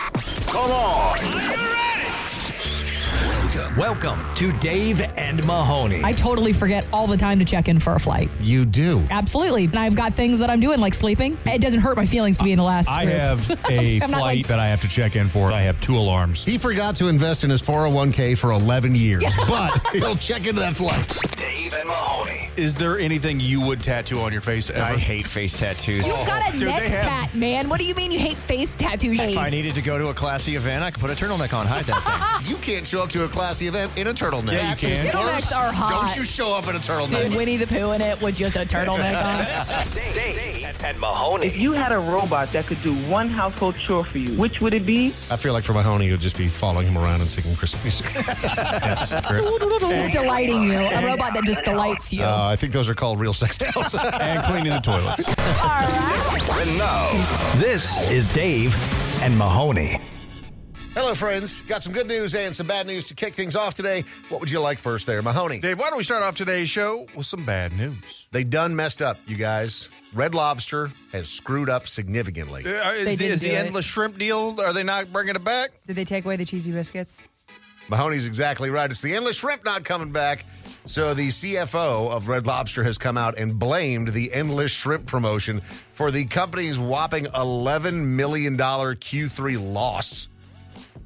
Come on. Welcome to Dave and Mahoney. I totally forget all the time to check in for a flight. You do. Absolutely. And I've got things that I'm doing, like sleeping. It doesn't hurt my feelings to be in the last. I group. have a I'm not flight like- that I have to check in for. I have two alarms. He forgot to invest in his 401k for 11 years, but he'll check into that flight. Dave and Mahoney. Is there anything you would tattoo on your face ever? I hate face tattoos. You've got a Oh, Dude, neck they have- tat, man. What do you mean you hate face tattoos? If I needed to go to a classy event, I could put a turtleneck on, hide that You can't show up to a classy event in a turtleneck. Yeah, you can. That is Turtlenecks worse. are hot. Don't you show up in a Dude, turtleneck. Winnie the Pooh in it was just a turtleneck on. thing. Dave and Mahoney. If you had a robot that could do one household chore for you, which would it be? I feel like for Mahoney, it would just be following him around and singing Christmas music. Just delighting you. A robot that just delights you. Oh, Uh, I think those are called real sex tales. and cleaning the toilets. And now, This is Dave and Mahoney. Hello, friends. Got some good news and some bad news to kick things off today. What would you like first there, Mahoney? Dave, why don't we start off today's show with some bad news? They done messed up, you guys. Red Lobster has screwed up significantly. They Uh, is the, didn't is do the it. endless shrimp deal? Are they not bringing it back? Did they take away the cheesy biscuits? Mahoney's exactly right. It's the endless shrimp not coming back. So the CFO of Red Lobster has come out and blamed the endless shrimp promotion for the company's whopping eleven million dollar Q3 loss.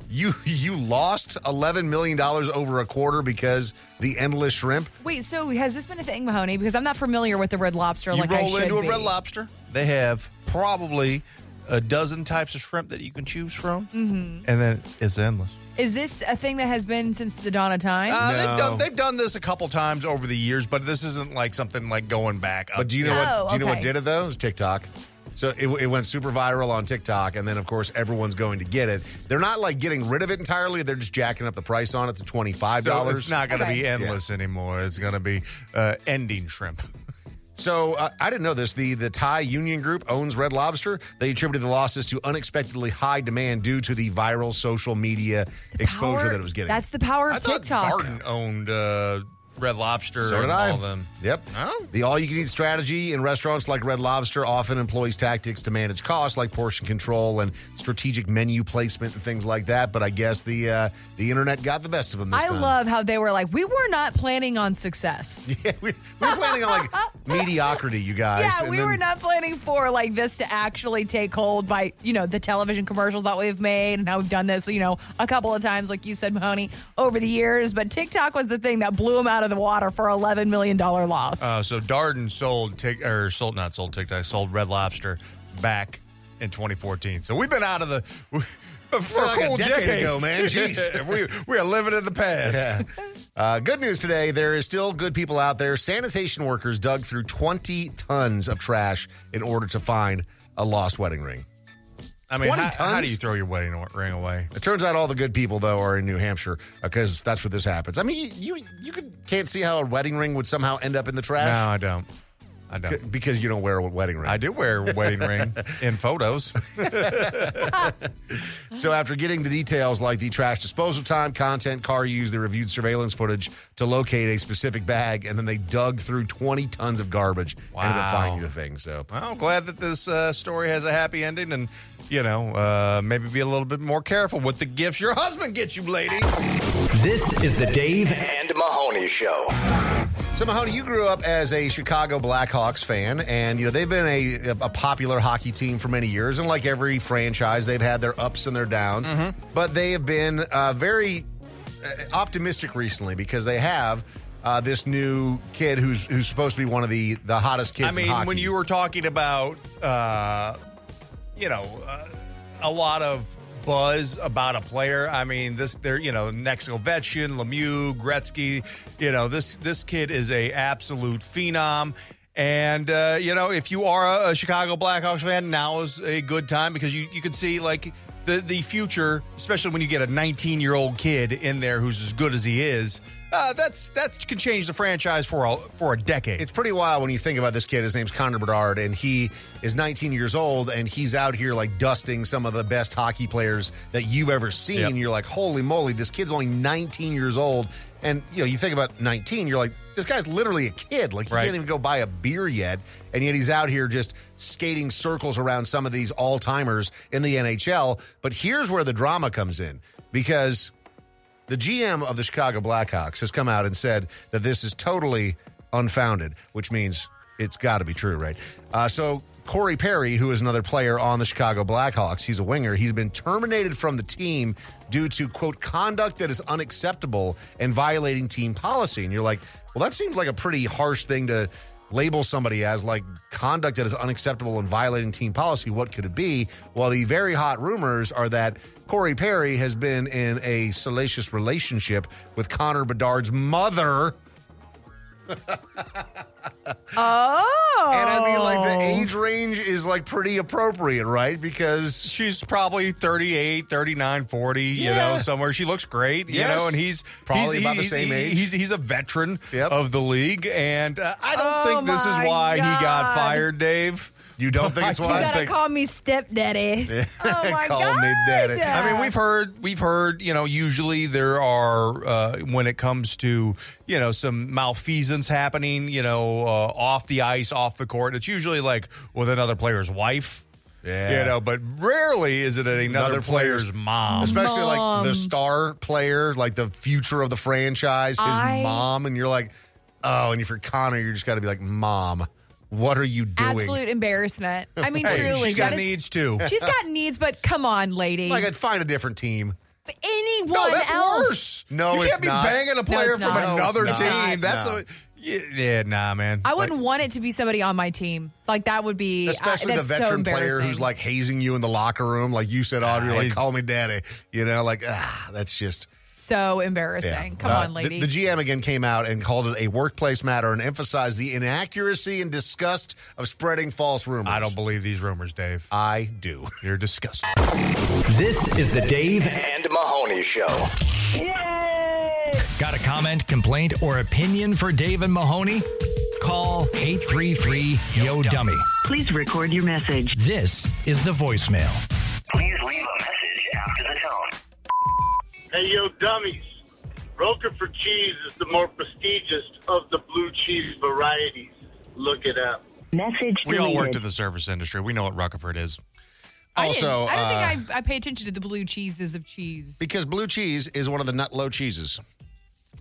You you lost eleven million dollars over a quarter because the endless shrimp. Wait, so has this been a thing, Mahoney? Because I'm not familiar with the red lobster You like I roll should into a be. red lobster. They have probably a dozen types of shrimp that you can choose from, mm-hmm. and then it's endless. Is this a thing that has been since the dawn of time? Uh, they've, done, they've done this a couple times over the years, but this isn't like something like going back. But do you know Oh, what? Do you know okay. what did it though? It was TikTok. So it, it went super viral on TikTok, and then of course everyone's going to get it. They're not like getting rid of it entirely; they're just jacking up the price on it to twenty five So dollars. it's not going to Okay. be endless anymore. It's going to be uh, ending shrimp. So uh, I didn't know this. The the Thai Union Group owns Red Lobster. They attributed the losses to unexpectedly high demand due to the viral social media exposure Power- that it was getting. That's the power of I thought TikTok. Garden owned uh, Red Lobster so did and I. all them. Yep. Oh. The all you can eat strategy in restaurants like Red Lobster often employs tactics to manage costs like portion control and strategic menu placement and things like that. But I guess the uh, the internet got the best of them this I uh, time. love how they were like, we were not planning on success. Yeah, we, we were planning on like mediocrity, you guys. Yeah, and we then- were not planning for like this to actually take hold by you know the television commercials that we've made and how we've done this you know a couple of times like you said Mahoney over the years, but TikTok was the thing that blew him out of the water for eleven million dollar loss. Uh, so Darden sold tic- or sold not sold TikTok sold Red Lobster back in 2014. So we've been out of the we- for Like a a cool decade ago, man. Jeez. we we are living in the past. Yeah. Uh, good news today. There is still good people out there. Sanitation workers dug through 20 tons of trash in order to find a lost wedding ring. I 20 mean, how, how do tons? you throw your wedding or- ring away? It turns out all the good people though are in New Hampshire because that's where this happens. I mean, you you could, can't see how a wedding ring would somehow end up in the No, trash I don't. I don't. c- because you don't wear a wedding ring. I do wear a wedding ring in photos. So after getting the details like the trash disposal time, content, car use, they reviewed surveillance footage to locate a specific bag, and then they dug through 20 tons of garbage and ended up Wow. finding the thing. So Well, I'm glad that this uh, story has a happy ending, and you know, uh, maybe be a little bit more careful with the gifts your husband gets you, lady. This is the Dave and Mahoney Show. So Mahoney, you grew up as a Chicago Blackhawks fan, and you know they've been a, a popular hockey team for many years. And like every franchise, they've had their ups and their downs, Mm-hmm. but they have been uh, very uh, optimistic recently because they have uh, this new kid who's who's supposed to be one of the the hottest kids. I mean, in hockey. when you were talking about, uh, you know, uh, a lot of buzz about a player. I mean, this they're you know next Ovechkin, Lemieux, Gretzky. You know this this kid is a absolute phenom. And uh, you know, if you are a, a Chicago Blackhawks fan, now is a good time because you you can see like the the future, especially when you get a 19 year old kid in there who's as good as he is. Uh, that's that can change the franchise for a for a decade. it's pretty wild when you think about this kid. His name's Connor Bedard, and he is 19 years old, and he's out here like dusting some of the best hockey players that you've ever seen. Yep. You're like, holy moly, this kid's only 19 years old, and you know you think about 19, you're like, this guy's literally a kid. Like he Right. can't even go buy a beer yet, and yet he's out here just skating circles around some of these all timers in the NHL. But here's where the drama comes in because the GM of the Chicago Blackhawks has come out and said that this is totally unfounded, which means it's got to be true, right? Uh, so Corey Perry, who is another player on the Chicago Blackhawks, he's a winger. He's been terminated from the team due to quote conduct that is unacceptable and violating team policy. And you're like, well, that seems like a pretty harsh thing to label somebody as like conduct that is unacceptable and violating team policy, what could it be? Well, the very hot rumors are that Corey Perry has been in a salacious relationship with Connor Bedard's mother. Oh. And I mean, like, the age range is like pretty appropriate, right? Because She's probably 38, 39, 40, you Yeah. know, somewhere. She looks great, you Yes. know, and he's Probably he's, about the he's- same he's- age. He's, he's a veteran Yep. of the league, and uh, I don't Oh think this is my why he God. got fired, Dave. you don't think it's You You why? I gotta think- call me stepdaddy. Oh my Call god! me daddy. I I mean, we've heard, we've heard, you know, usually there are, uh, when it comes to, you know, some malfeasance happening, you know, uh, off the ice, off the court, it's usually like with another player's wife, Yeah. you know, but rarely is it another, Another player's- player's, mom. Especially like the star player, like the future of the franchise, his I- mom, and you're like, oh, and if you're Connor, you just got to be like, mom, what are you doing? Absolute embarrassment. I mean, Hey, truly, she's got that is- needs too. She's got needs, but come on, lady. Like, I'd find a different team. Anyone No, that's else? worse. No, you it's can't be not. banging a No, player it's from not. another No, it's not. team. That's No. a yeah, yeah, nah, man. I wouldn't want it to be somebody on my team. Like that would be Especially I, the that's so veteran player embarrassing. who's like hazing you in the locker room, like you said, Audrey, like he's- call me daddy. You know, like ah, that's just so embarrassing. Come Uh, on, lady. The, the GM again came out and called it a workplace matter and emphasized the inaccuracy and disgust of spreading false rumors. I don't believe these rumors, Dave. I do. You're disgusting. This is the Dave. And Mahoney Show. Got a comment, complaint, or opinion for Dave and Mahoney? Call 833 Yo Dummy. Please record your message. This is the voicemail. Please leave a message after the tone. Hey, yo, dummies. Broker for cheese is the more prestigious of the blue cheese varieties. Look it up. Message We all worked deleted. in the service industry. We know what Rutherford is. I didn't- Also, I, uh, don't think I, I pay attention to the blue cheeses of cheese. because blue cheese is one of the nut low cheeses.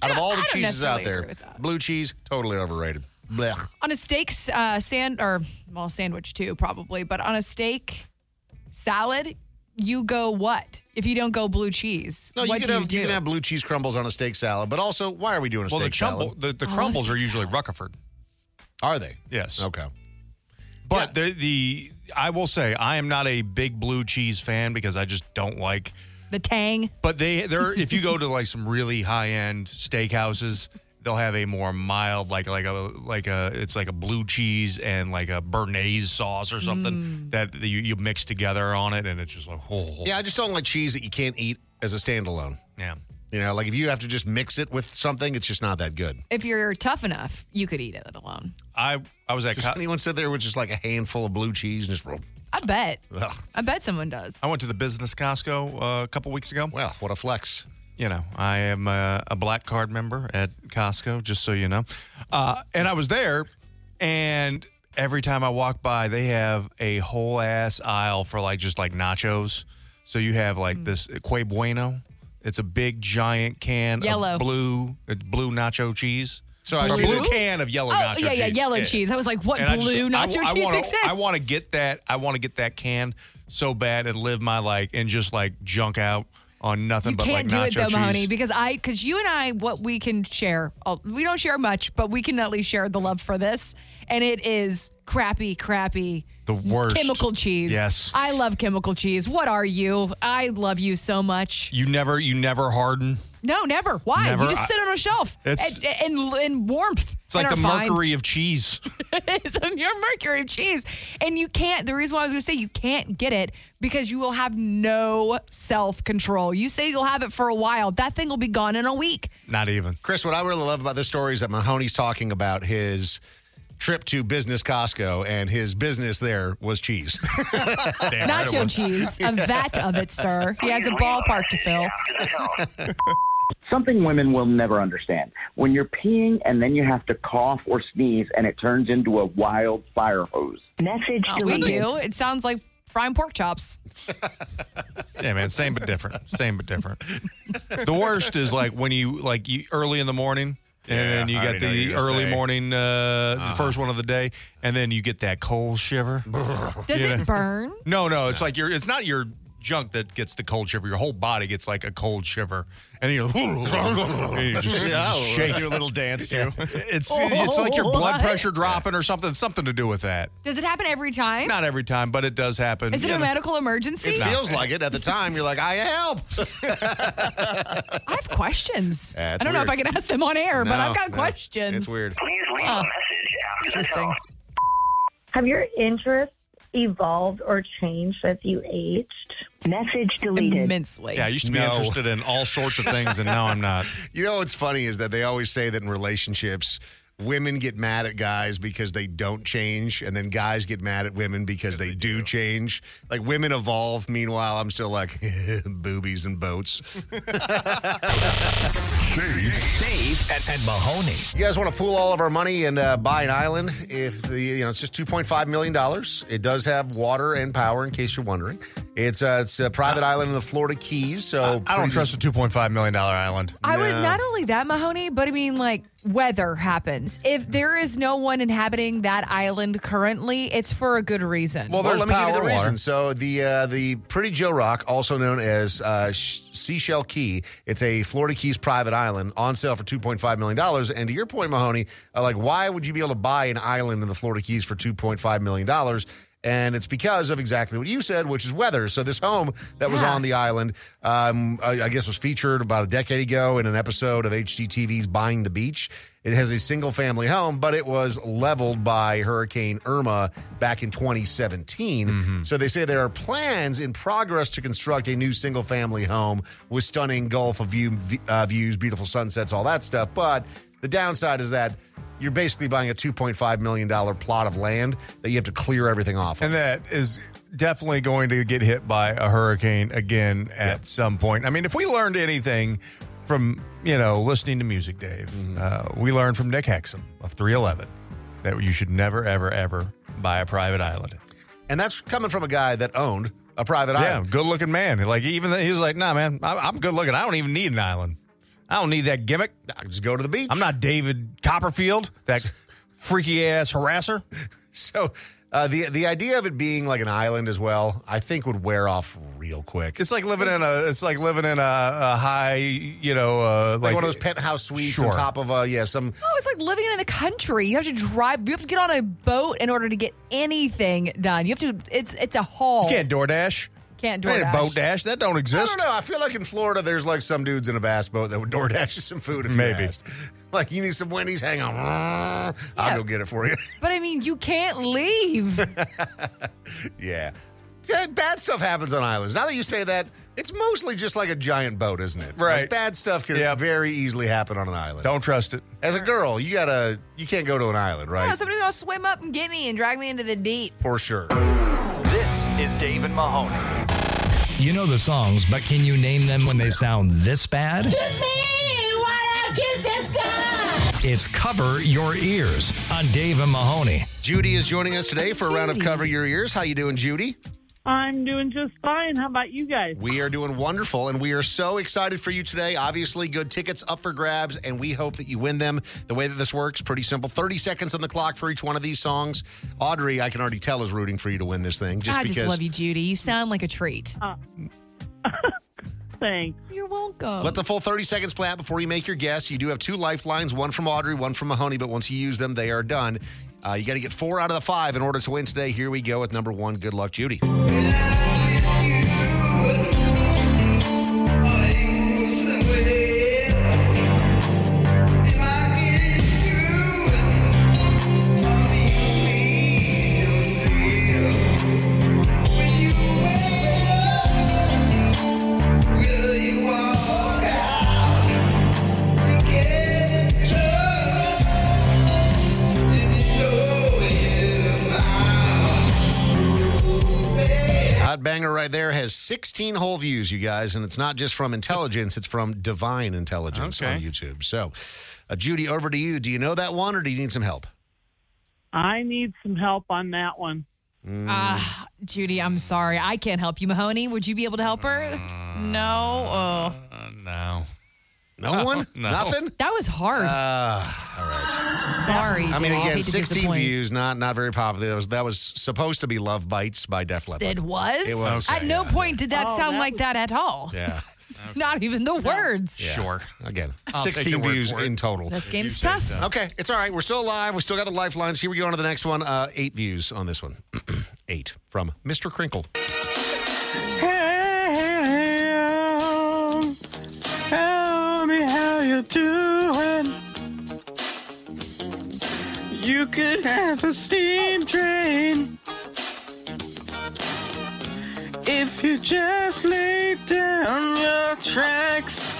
Out of don't- all I the don't cheeses necessarily out there, agree with that. blue cheese totally overrated. Blech. on a steak uh, sand or well sandwich too probably, but on a steak salad, you go what if you don't go blue cheese? No, what you can do have you you, do? can have blue cheese crumbles on a steak salad, but also why are we doing a Well, the steak chumble, salad? the, the Oh, crumbles are steak usually salad. Rutherford. Are they? Yes. Okay. But the the I will say I am not a big blue cheese fan because I just don't like the tang. But they they're if you go to like some really high end steakhouses, they'll have a more mild like like a like a it's like a blue cheese and like a béarnaise sauce or something that you, you mix together on it, and it's just like oh Yeah, I just don't like cheese that you can't eat as a standalone. yeah. You know, like if you have to just mix it with something, it's just not that good. If you're tough enough, you could eat it alone. I I was at Does co- anyone sit there with just like a handful of blue cheese and just roll? I bet. Ugh. I bet someone does. I went to the business Costco uh, a couple weeks ago. Well, what a flex. you know, I am a, a black card member at Costco, just so you know. Uh, and I was there, and every time I walk by, they have a whole ass aisle for like just like nachos. So you have like Mm. this Que Bueno. It's a big giant can Yellow. of blue uh, blue nacho cheese. So I Or see blue that- can of yellow Oh, nacho yeah, cheese. yeah, yellow cheese. I was like, what I blue I- nacho I cheese wanna, exists? I want to get that. I want to get that can so bad and live my life and just like junk out on nothing You but can't like nacho do it though, cheese. Mahoney, because I, because you and I, what we can share, uh, we don't share much, but we can at least share the love for this, and it is crappy, crappy. The worst. Chemical cheese. Yes. I love chemical cheese. What are you? I love you so much. You never, you never harden. No, never. Why? Never. You just sit on a shelf It's- and, and, and warmth. It's like the and are fine. mercury of cheese. is of your mercury of cheese. And you can't, the reason why I was going to say you can't get it because you will have no self control. You say you'll have it for a while, that thing will be gone in a week. Not even. Chris, what I really love about this story is that Mahoney's talking about his trip to business Costco and his business there was cheese. Damn right it Nacho was. cheese, a vat of it, sir. He has a ballpark to fill. Something women will never understand. When you're peeing and then you have to cough or sneeze and it turns into a wild fire hose. Message Oh, We deleted. do. It sounds like frying pork chops. Yeah, man, same but different. Same but different. the worst is like when you like you early in the morning. And then you I get already know what the you're gonna early say. Uh-huh. morning, uh, the first one of the day, and then you get that cold shiver. Does Yeah. it burn? No, no, it's like your it's not your junk that gets the cold shiver. Your whole body gets like a cold shiver, and you're and you just, shake. your little dance too. Oh, It's it's like your blood pressure dropping or something. Something to do with that. Does it happen every time? Not every time, but it does happen. Is it You a know, medical emergency? It feels like it at the time. You're like, I help. I have questions. Yeah, I it's don't know if I weird. can ask them on air, but No, I've got no. questions. It's weird. Please leave a message after the Interesting. tone. Have your interests evolved or changed as you aged? Message deleted. Immensely. Yeah, I used to be No. interested in all sorts of things, and now I'm not. You know what's funny is that they always say that in relationships, women get mad at guys because they don't change, and then guys get mad at women because they, do, change. Like women evolve. Meanwhile, I'm still like boobies and boats. Dave and, and Mahoney. You guys want to pool all of our money and uh, buy an island? If the you know it's just 2.5 million dollars. It does have water and power, in case you're wondering. It's uh, it's a private island in the Florida Keys. So I don't trust a 2.5 million dollar island. I would not only that, Mahoney, but I mean, like, weather happens. If there is no one inhabiting that island currently, it's for a good reason. Well, Well, there's let me give you power the and water. reason. So the uh, the Pretty Joe Rock, also known as uh, Sh- Seashell Key, it's a Florida Keys private island on sale for two point five million dollars. And to your point, Mahoney, uh, like why would you be able to buy an island in the Florida Keys for two point five million dollars? And it's because of exactly what you said, which is weather. So this home that was on the island, um, I, I guess, was featured about a decade ago in an episode of HGTV's "Buying the Beach." It has a single-family home, but it was leveled by Hurricane Irma back in 2017. So they say there are plans in progress to construct a new single family home with stunning Gulf of view, uh, views, beautiful sunsets, all that stuff. But the downside is that you're basically buying a $2.5 million plot of land that you have to clear everything off. of. And that is definitely going to get hit by a hurricane again at some point. I mean, if we learned anything from, you know, listening to music, Dave, Mm-hmm. uh, we learned from Nick Hexum of 311 that you should never, ever, ever buy a private island. And that's coming from a guy that owned a private Yeah, island. good looking man. Like, even th- he was like, nah, man, I- I'm good looking. I don't even need an island. I don't need that gimmick. I just go to the beach. I'm not David Copperfield, that freaky ass harasser. So uh, the, the idea of it being like an island as well, I think would wear off real quick. It's like living in a. It's like living in a, a high, you know, uh, like, like, one of those penthouse suites Sure. on top of, uh, yeah, some Oh, it's like living in the country. You have to drive. You have to get on a boat in order to get anything done. You have to. It's it's a haul. You can't DoorDash. Can't That ain't DoorDash. a boat dash. That don't I exist. don't know. I feel like in Florida, there's like some dudes in a bass boat that would door dash you some food. If you Maybe. asked. Like, you need some Wendy's? Hang on. Yeah. I'll go get it for you. But I mean, you can't leave. yeah. Yeah, Bad stuff happens on islands. Now that you say that, it's mostly just like a giant boat, isn't it? Right. Like, bad stuff can Yeah. very easily happen on an island. Don't trust it. As a girl, you gotta, you can't go to an island, right? No, somebody's gonna swim up and get me and drag me into the deep. for sure. This is Dave and Mahoney. You know the songs, but can you name them when they sound this bad? It's Cover Your Ears on Dave and Mahoney. Judy is joining us today for a round of Cover Your Ears. How you doing, Judy? I'm doing just fine. How about you guys? We are doing wonderful, and we are so excited for you today. Obviously, good tickets up for grabs, and we hope that you win them. The way that this works, pretty simple 30 seconds on the clock for each one of these songs. Audrey, I can already tell, is rooting for you to win this thing just I because. just love you, Judy. You sound like a treat. Thanks. You're welcome. Let the full 30 seconds play out before you make your guess. You do have two lifelines, one from Audrey, one from Mahoney, but once you use them, they are done. Uh, you got to get four out of the five in order to win today. Here we go with number one. Good luck, Judy. Not banger right there has 16 whole views, you guys, and it's not just from intelligence, it's from divine intelligence on YouTube. So, uh, Judy, over to you. Do you know that one or do you need some help? I need some help on that one. Ah, Judy, I'm sorry. I can't help you. Mahoney, would you be able to help her? No. Oh. No. No one? Oh, no. Nothing? That was hard. Ah, all right. sorry. I mean, Dave. again, hate to 16 disappoint. views, not not very popular. That was, that was supposed to be Love Bites by Def Leppard. It was? It was. At no point did that sound like that at all. Yeah. Not even the words. Sure. Again, I'll take 16 your word views for it. in total. This game's tough. Okay, it's all right. We're still alive. We still got the lifelines. Here we go on to the next one. Uh, eight views on this one. eight from Mr. Crinkle. Help, tell me how you're doing. You could have a steam train if you just lay down your tracks.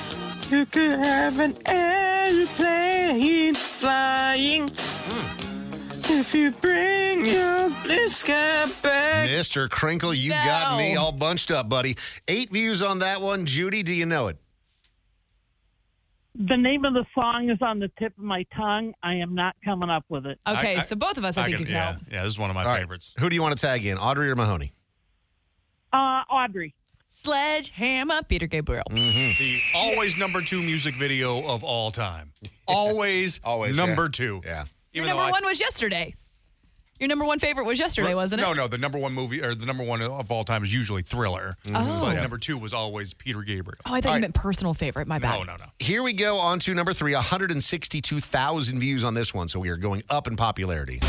You could have an airplane flying if you bring your blue sky back. Mr. Crinkle, you got me all bunched up, buddy. Eight views on that one. Judy, do you know it? The name of the song is on the tip of my tongue. I am not coming up with it. Okay, so both of us, I, think, can- you can yeah, help. yeah, this is one of my All right. favorites. Who do you want to tag in, Audrey or Mahoney? Uh, Audrey. Sledgehammer, Peter Gabriel. The always number two music video of all time. Always, Always, number yeah. two. Yeah. Your Even number though I- one was yesterday. Your number one favorite was yesterday, wasn't it? No, no. The number one movie or the number one of all time is usually Thriller. But number two was always Peter Gabriel. Oh, I thought you meant personal favorite. My bad. No, no, no. Here we go on to number three 162,000 views on this one. So we are going up in popularity.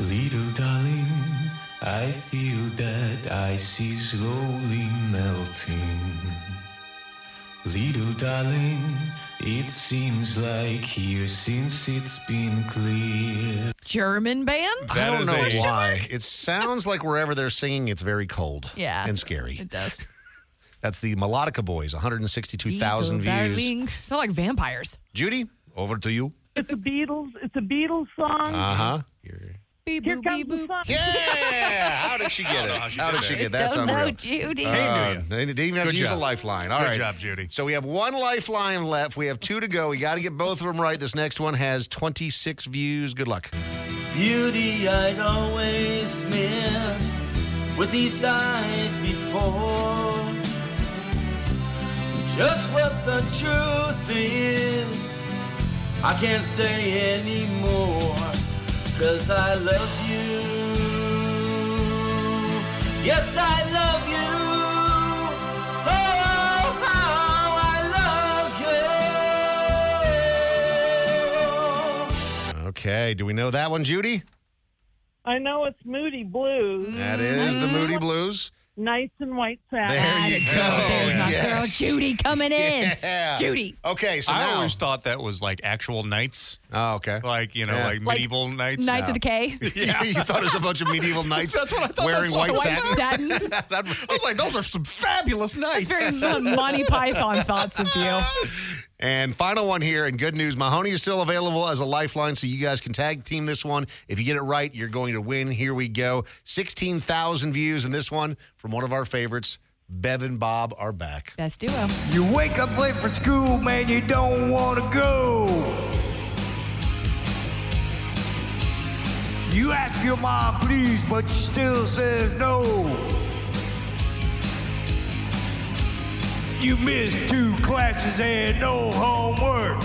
Little darling, I feel that ice is slowly melting. Little darling, it seems like years since it's been clear. German band? I That don't is know a- why. It sounds like wherever they're singing, it's very cold. Yeah. And scary. It does. That's the Melodica Boys, 162,000 Eagle views. darling. Sound like vampires. Judy, over to you. It's a Beatles. It's a Beatles song. Uh huh. Beep, Here boop, comes beep, the boop. song. Yeah. How did she get it? how she How did did she that. get that? Don't Sound know, real. Judy. Hey, do ya. Uh, they didn't even have Good to use a job. lifeline. All Good right, job, Judy. So we have one lifeline left. We have two to go. We got to get both of them right. This next one has 26 views. Good luck. Beauty I'd always missed with these eyes before. Just what the truth is, I can't say anymore, cause I love you. Yes, I love you. Oh, how I love you. Okay. Do we know that one, Judy? I know it's Moody Blues. That Mm-hmm. is the Moody Blues. Nice and white satin. There you go. There's my girl Yes. Judy coming in. Yeah. Judy. Okay. So I now. always thought that was like actual knights, oh, okay. like you know, Yeah. like medieval knights. Knights of the K. you thought it was a bunch of medieval knights That's what I thought wearing that's white what White satin. satin. That- that- I was like, those are some fabulous knights. That's very Monty Python thoughts of you. And final one here, and good news Mahoney is still available as a lifeline, so you guys can tag team this one. If you get it right, you're going to win. Here we go. 16,000 views in this one from one of our favorites. Bev and Bob are back. Best duo. You wake up late for school, man, you don't want to go. You ask your mom, please, but she still says no. You missed two classes and no homework.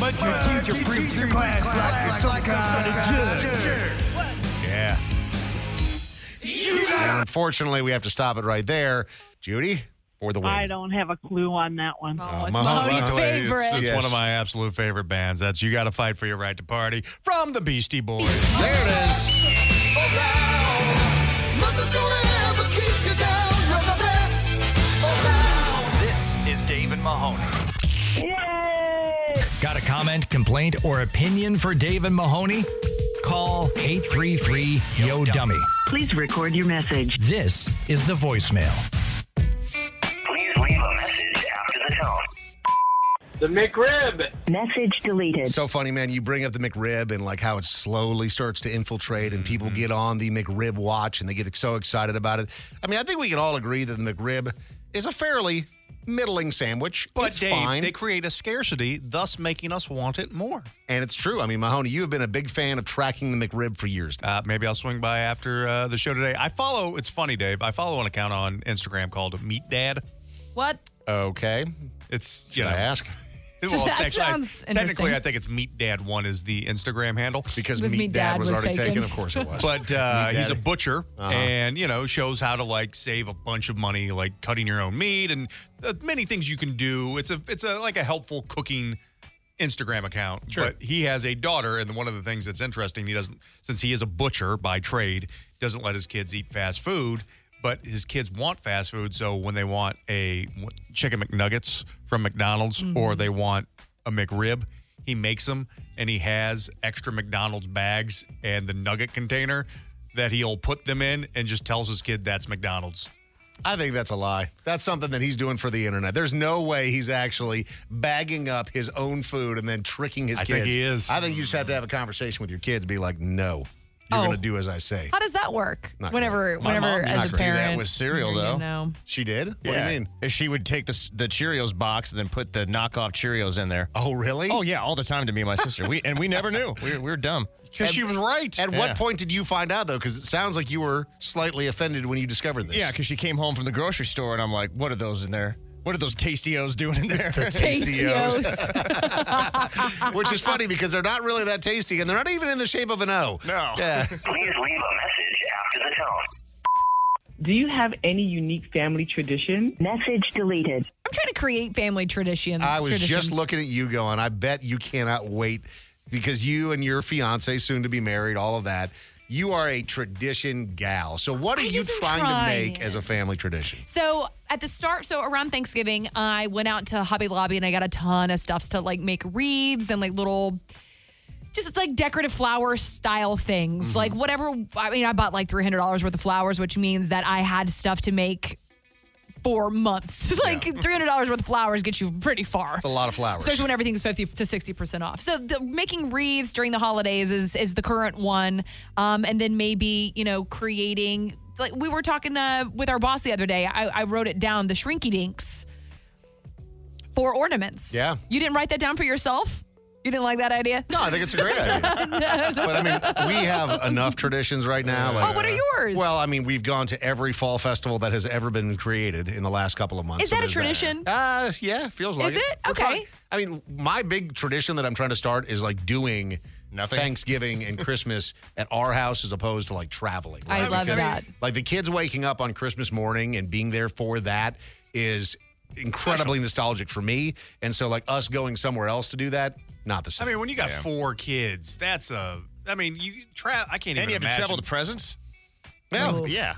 But your teacher preaches class, like you're some kind of jerk. Yeah. And unfortunately, we have to stop it right there. Judy, for the win. I don't have a clue on that one. Oh, it's Mahoney. Mahoney's Luckily, it's- favorite. That's Yes. one of my absolute favorite bands. That's You Gotta Fight for Your Right to Party from the Beastie Boys. There it is. This is Dave and Mahoney. Yay! Got a comment, complaint, or opinion for Dave and Mahoney? Call 833 Yo Dummy. Please record your message. This is the voicemail. Please leave a message after the tone. The McRib. Message deleted. So funny, man. You bring up the McRib and like how it slowly starts to infiltrate, and Mm-hmm. people get on the McRib watch and they get so excited about it. I mean, I think we can all agree that the McRib is a fairly middling sandwich. But it's Dave, fine. they create a scarcity, thus making us want it more. and it's true. I mean, Mahoney, you have been a big fan of tracking the McRib for years. Uh, maybe I'll swing by after uh, the show today. I follow. It's funny, Dave. I follow an account on Instagram called Meat Dad. What? Okay. It's Should I ask? Well, it's That actually, I- sounds technically, interesting. I think it's Meat Dad One is the Instagram handle Because It was Meat, me Dad, Dad was, was already taken. taken. Of course it was. But uh, Meat he's a Dad. butcher, Uh-huh. and you know shows how to like save a bunch of money, like cutting your own meat and uh, many things you can do. It's a it's a like a helpful cooking Instagram account. Sure. But he has a daughter, and one of the things that's interesting, he doesn't since he is a butcher by trade, doesn't let his kids eat fast food. But his kids want fast food, so when they want a w- chicken McNuggets from McDonald's or they want a McRib, he makes them and he has extra McDonald's bags and the nugget container that he'll put them in and just tells his kid that's McDonald's. I think that's a lie. That's something that he's doing for the internet. There's no way he's actually bagging up his own food and then tricking his I kids. think he is. I think you just have to have a conversation with your kids. Be like, no, you're Oh. going to do as I say. How does that work? Not whenever, My mom whenever, as used a to do that parent, with cereal, you're gonna though. know. She did. What do you mean? She would take the s- the Cheerios box and then put the knockoff Cheerios in there. Oh, really? Oh yeah, all the time to me and my sister. We and we never knew. We, we were dumb. Because she was right. At Yeah. what point did you find out though? Because it sounds like you were slightly offended when you discovered this. Yeah, because she came home from the grocery store and I'm like, what are those in there? What are those Tastios doing in there? The Tastios. which is funny because they're not really that tasty and they're not even in the shape of an O. No. Yeah. Please leave a message after the tone. Do you have any unique family tradition? Message deleted. I'm trying to create family tradition. I was just traditions. looking at you going, I bet you cannot wait because you and your fiance, soon to be married, all of that. You are a tradition gal. So what are you wasn't trying, to make trying. as a family tradition? So at the start, so around Thanksgiving, I went out to Hobby Lobby and I got a ton of stuffs to like make wreaths and like little. Just it's like decorative flower style things, Mm-hmm. like whatever. I mean, I bought like three hundred dollars worth of flowers, which means that I had stuff to make for months. like three hundred dollars worth of flowers gets you pretty far. It's a lot of flowers. Especially when everything's fifty to sixty percent off. So the, making wreaths during the holidays is is the current one, um, and then maybe you know creating. Like we were talking uh, with our boss the other day, I, I wrote it down. The shrinky dinks for ornaments. Yeah. you didn't write that down for yourself. You didn't like that idea. No, I think it's a great idea. But I mean, we have enough traditions right now. Oh, what are yours? Well, I mean, we've gone to every fall festival that has ever been created in the last couple of months. Is that a there's tradition? Uh, yeah, feels like Is it. it? We're Okay. trying- I mean, my big tradition that I'm trying to start is like doing Nothing. Thanksgiving and Christmas at our house as opposed to like traveling. I love Because, that. Like the kids waking up on Christmas morning and being there for that is incredibly nostalgic for me. And so, like, us going somewhere else to do that, not the I same. mean, when you got Yeah. four kids, that's a. I mean, you tra- I can't even. And you have to imagine. travel the presents? Yeah. Yeah.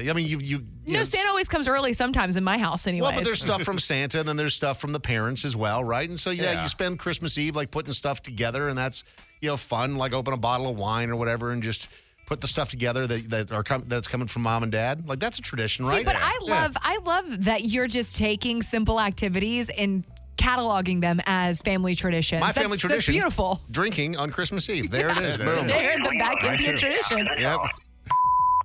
Yeah, I mean, you you. you No, know, Santa always comes early sometimes in my house, anyway. Well, but there's stuff from Santa, and then there's stuff from the parents as well, right? And so yeah, Yeah. you spend Christmas Eve like putting stuff together, and that's you know fun. Like open a bottle of wine or whatever, and just put the stuff together that that are com- that's coming from mom and dad. Like that's a tradition, right? See, but I Yeah. love I love that you're just taking simple activities and cataloging them as family traditions. my That's- family tradition. That's beautiful. Drinking on Christmas Eve. There it is. Boom. They're the back end of your tradition. Yep.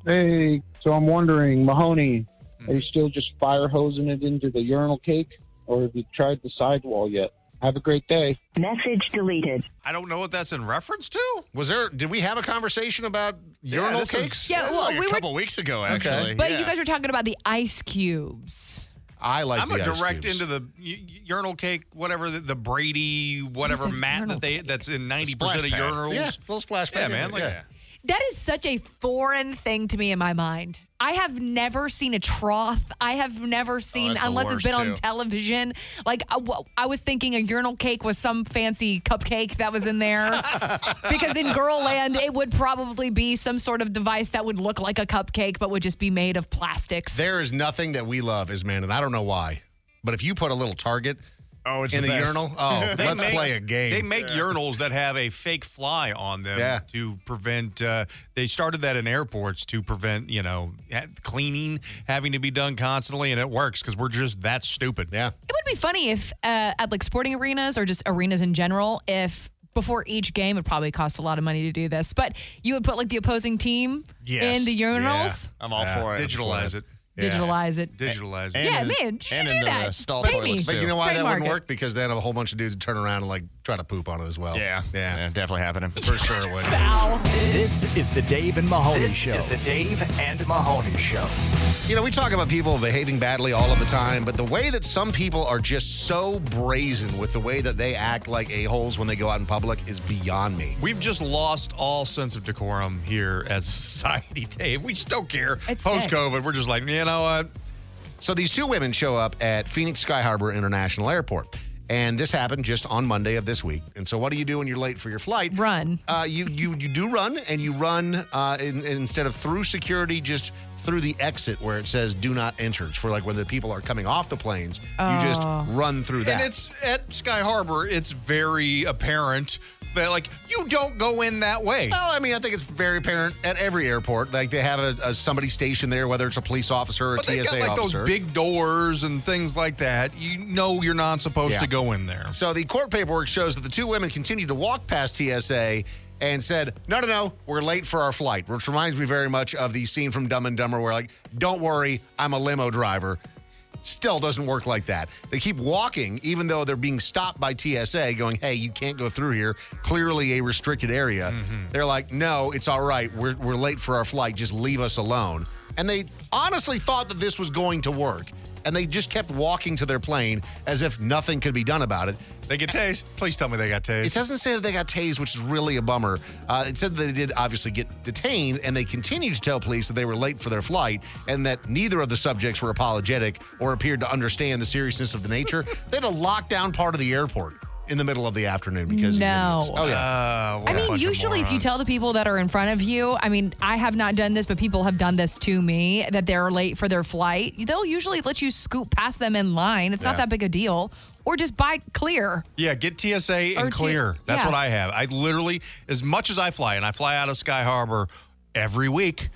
Hey, so I'm wondering, Mahoney, are you still just fire hosing it into the urinal cake, or have you tried the sidewall yet? Have a great day. Message deleted. I don't know what that's in reference to. Was there? Did we have a conversation about urinal this is- cakes? Yeah, That was well, like a we were- couple weeks ago, actually. But Yeah. you guys were talking about the ice cubes. I like. I'm the a ice direct cubes. into the y- y- urinal cake, whatever the, the Brady, whatever said mat urinal that they that's in 90 splash percent of pad. urinals. yeah, little splash. Yeah, pad in man, it, like- yeah. That is such a foreign thing to me in my mind. I have never seen a trough. I have never seen, Oh, that's the unless it's been worst, on too. television. Like, I, w- I was thinking a urinal cake was some fancy cupcake that was in there. because in Girl Land, it would probably be some sort of device that would look like a cupcake, but would just be made of plastics. There is nothing that we love as men, and I don't know why. But if you put a little target Oh, it's in the, best. urinal. Oh, They let's make- play a game. They make urinals that have a fake fly on them Yeah. to prevent. Uh, they started that in airports to prevent, you know, ha- cleaning having to be done constantly, and it works because we're just that stupid. Yeah. It would be funny if uh, at like sporting arenas or just arenas in general, if before each game, it probably cost a lot of money to do this, but you would put like the opposing team in the urinals. I'm all for it. Digitalize it. Digitalize it. Digitalize it. Yeah, man, you should do that. Maybe. But you know why that wouldn't Trademark it. work? Because then a whole bunch of dudes would turn around and like try to poop on it as Oh, well. Yeah. yeah, definitely happening for sure. it Would. This is the Dave and Mahoney This Show. is the Dave and Mahoney Show. You know, we talk about people behaving badly all of the time, but the way that some people are just so brazen with the way that they act like a-holes when they go out in public is beyond me. We've just lost all sense of decorum here as society, Dave. We just don't care. It's sick. Post COVID, we're just like, you know what? So these two women show up at Phoenix Sky Harbor International Airport. And this happened just on Monday of this week. And so, what do you do when you're late for your flight? Run. Uh, you you you do run, and you run uh, in, instead of through security, just through the exit where it says "Do not enter." It's for like when the people are coming off the planes, you just Oh. run through that. And it's at Sky Harbor. It's very apparent that like you don't go in that way. Oh. Well, I mean, I think it's very apparent at every airport. Like they have a, a somebody stationed there, whether it's a police officer or a But TSA they got like officer. those big doors and things like that. You know you're not supposed Yeah. to go in there. So the court paperwork shows that the two women continued to walk past TSA and said, "No, no, no, we're late for our flight." Which reminds me very much of the scene from Dumb and Dumber, where like, "Don't worry, I'm a limo driver." Still doesn't work like that. They keep walking, even though they're being stopped by TSA, going, "Hey, you can't go through here. Clearly a restricted area." They're like, "No, it's all right. We're we're late for our flight. Just leave us alone." And they honestly thought that this was going to work, and they just kept walking to their plane as if nothing could be done about it. They get tased. Please tell me they got tased. It doesn't say that they got tased, which is really a bummer. Uh, it said that they did obviously get detained, and they continued to tell police that they were late for their flight and that neither of the subjects were apologetic or appeared to understand the seriousness of the nature. they had to lock down part of the airport in the middle of the afternoon because these No. idiots. oh yeah. I mean, usually if you tell the people that are in front of you, I mean, I have not done this, but people have done this to me that they're late for their flight. They'll usually let you scoot past them in line. It's Yeah. not that big a deal. Or just buy clear. Yeah, get TSA Or and T- clear. That's yeah. what I have. I literally, as much as I fly, and I fly out of Sky Harbor every week,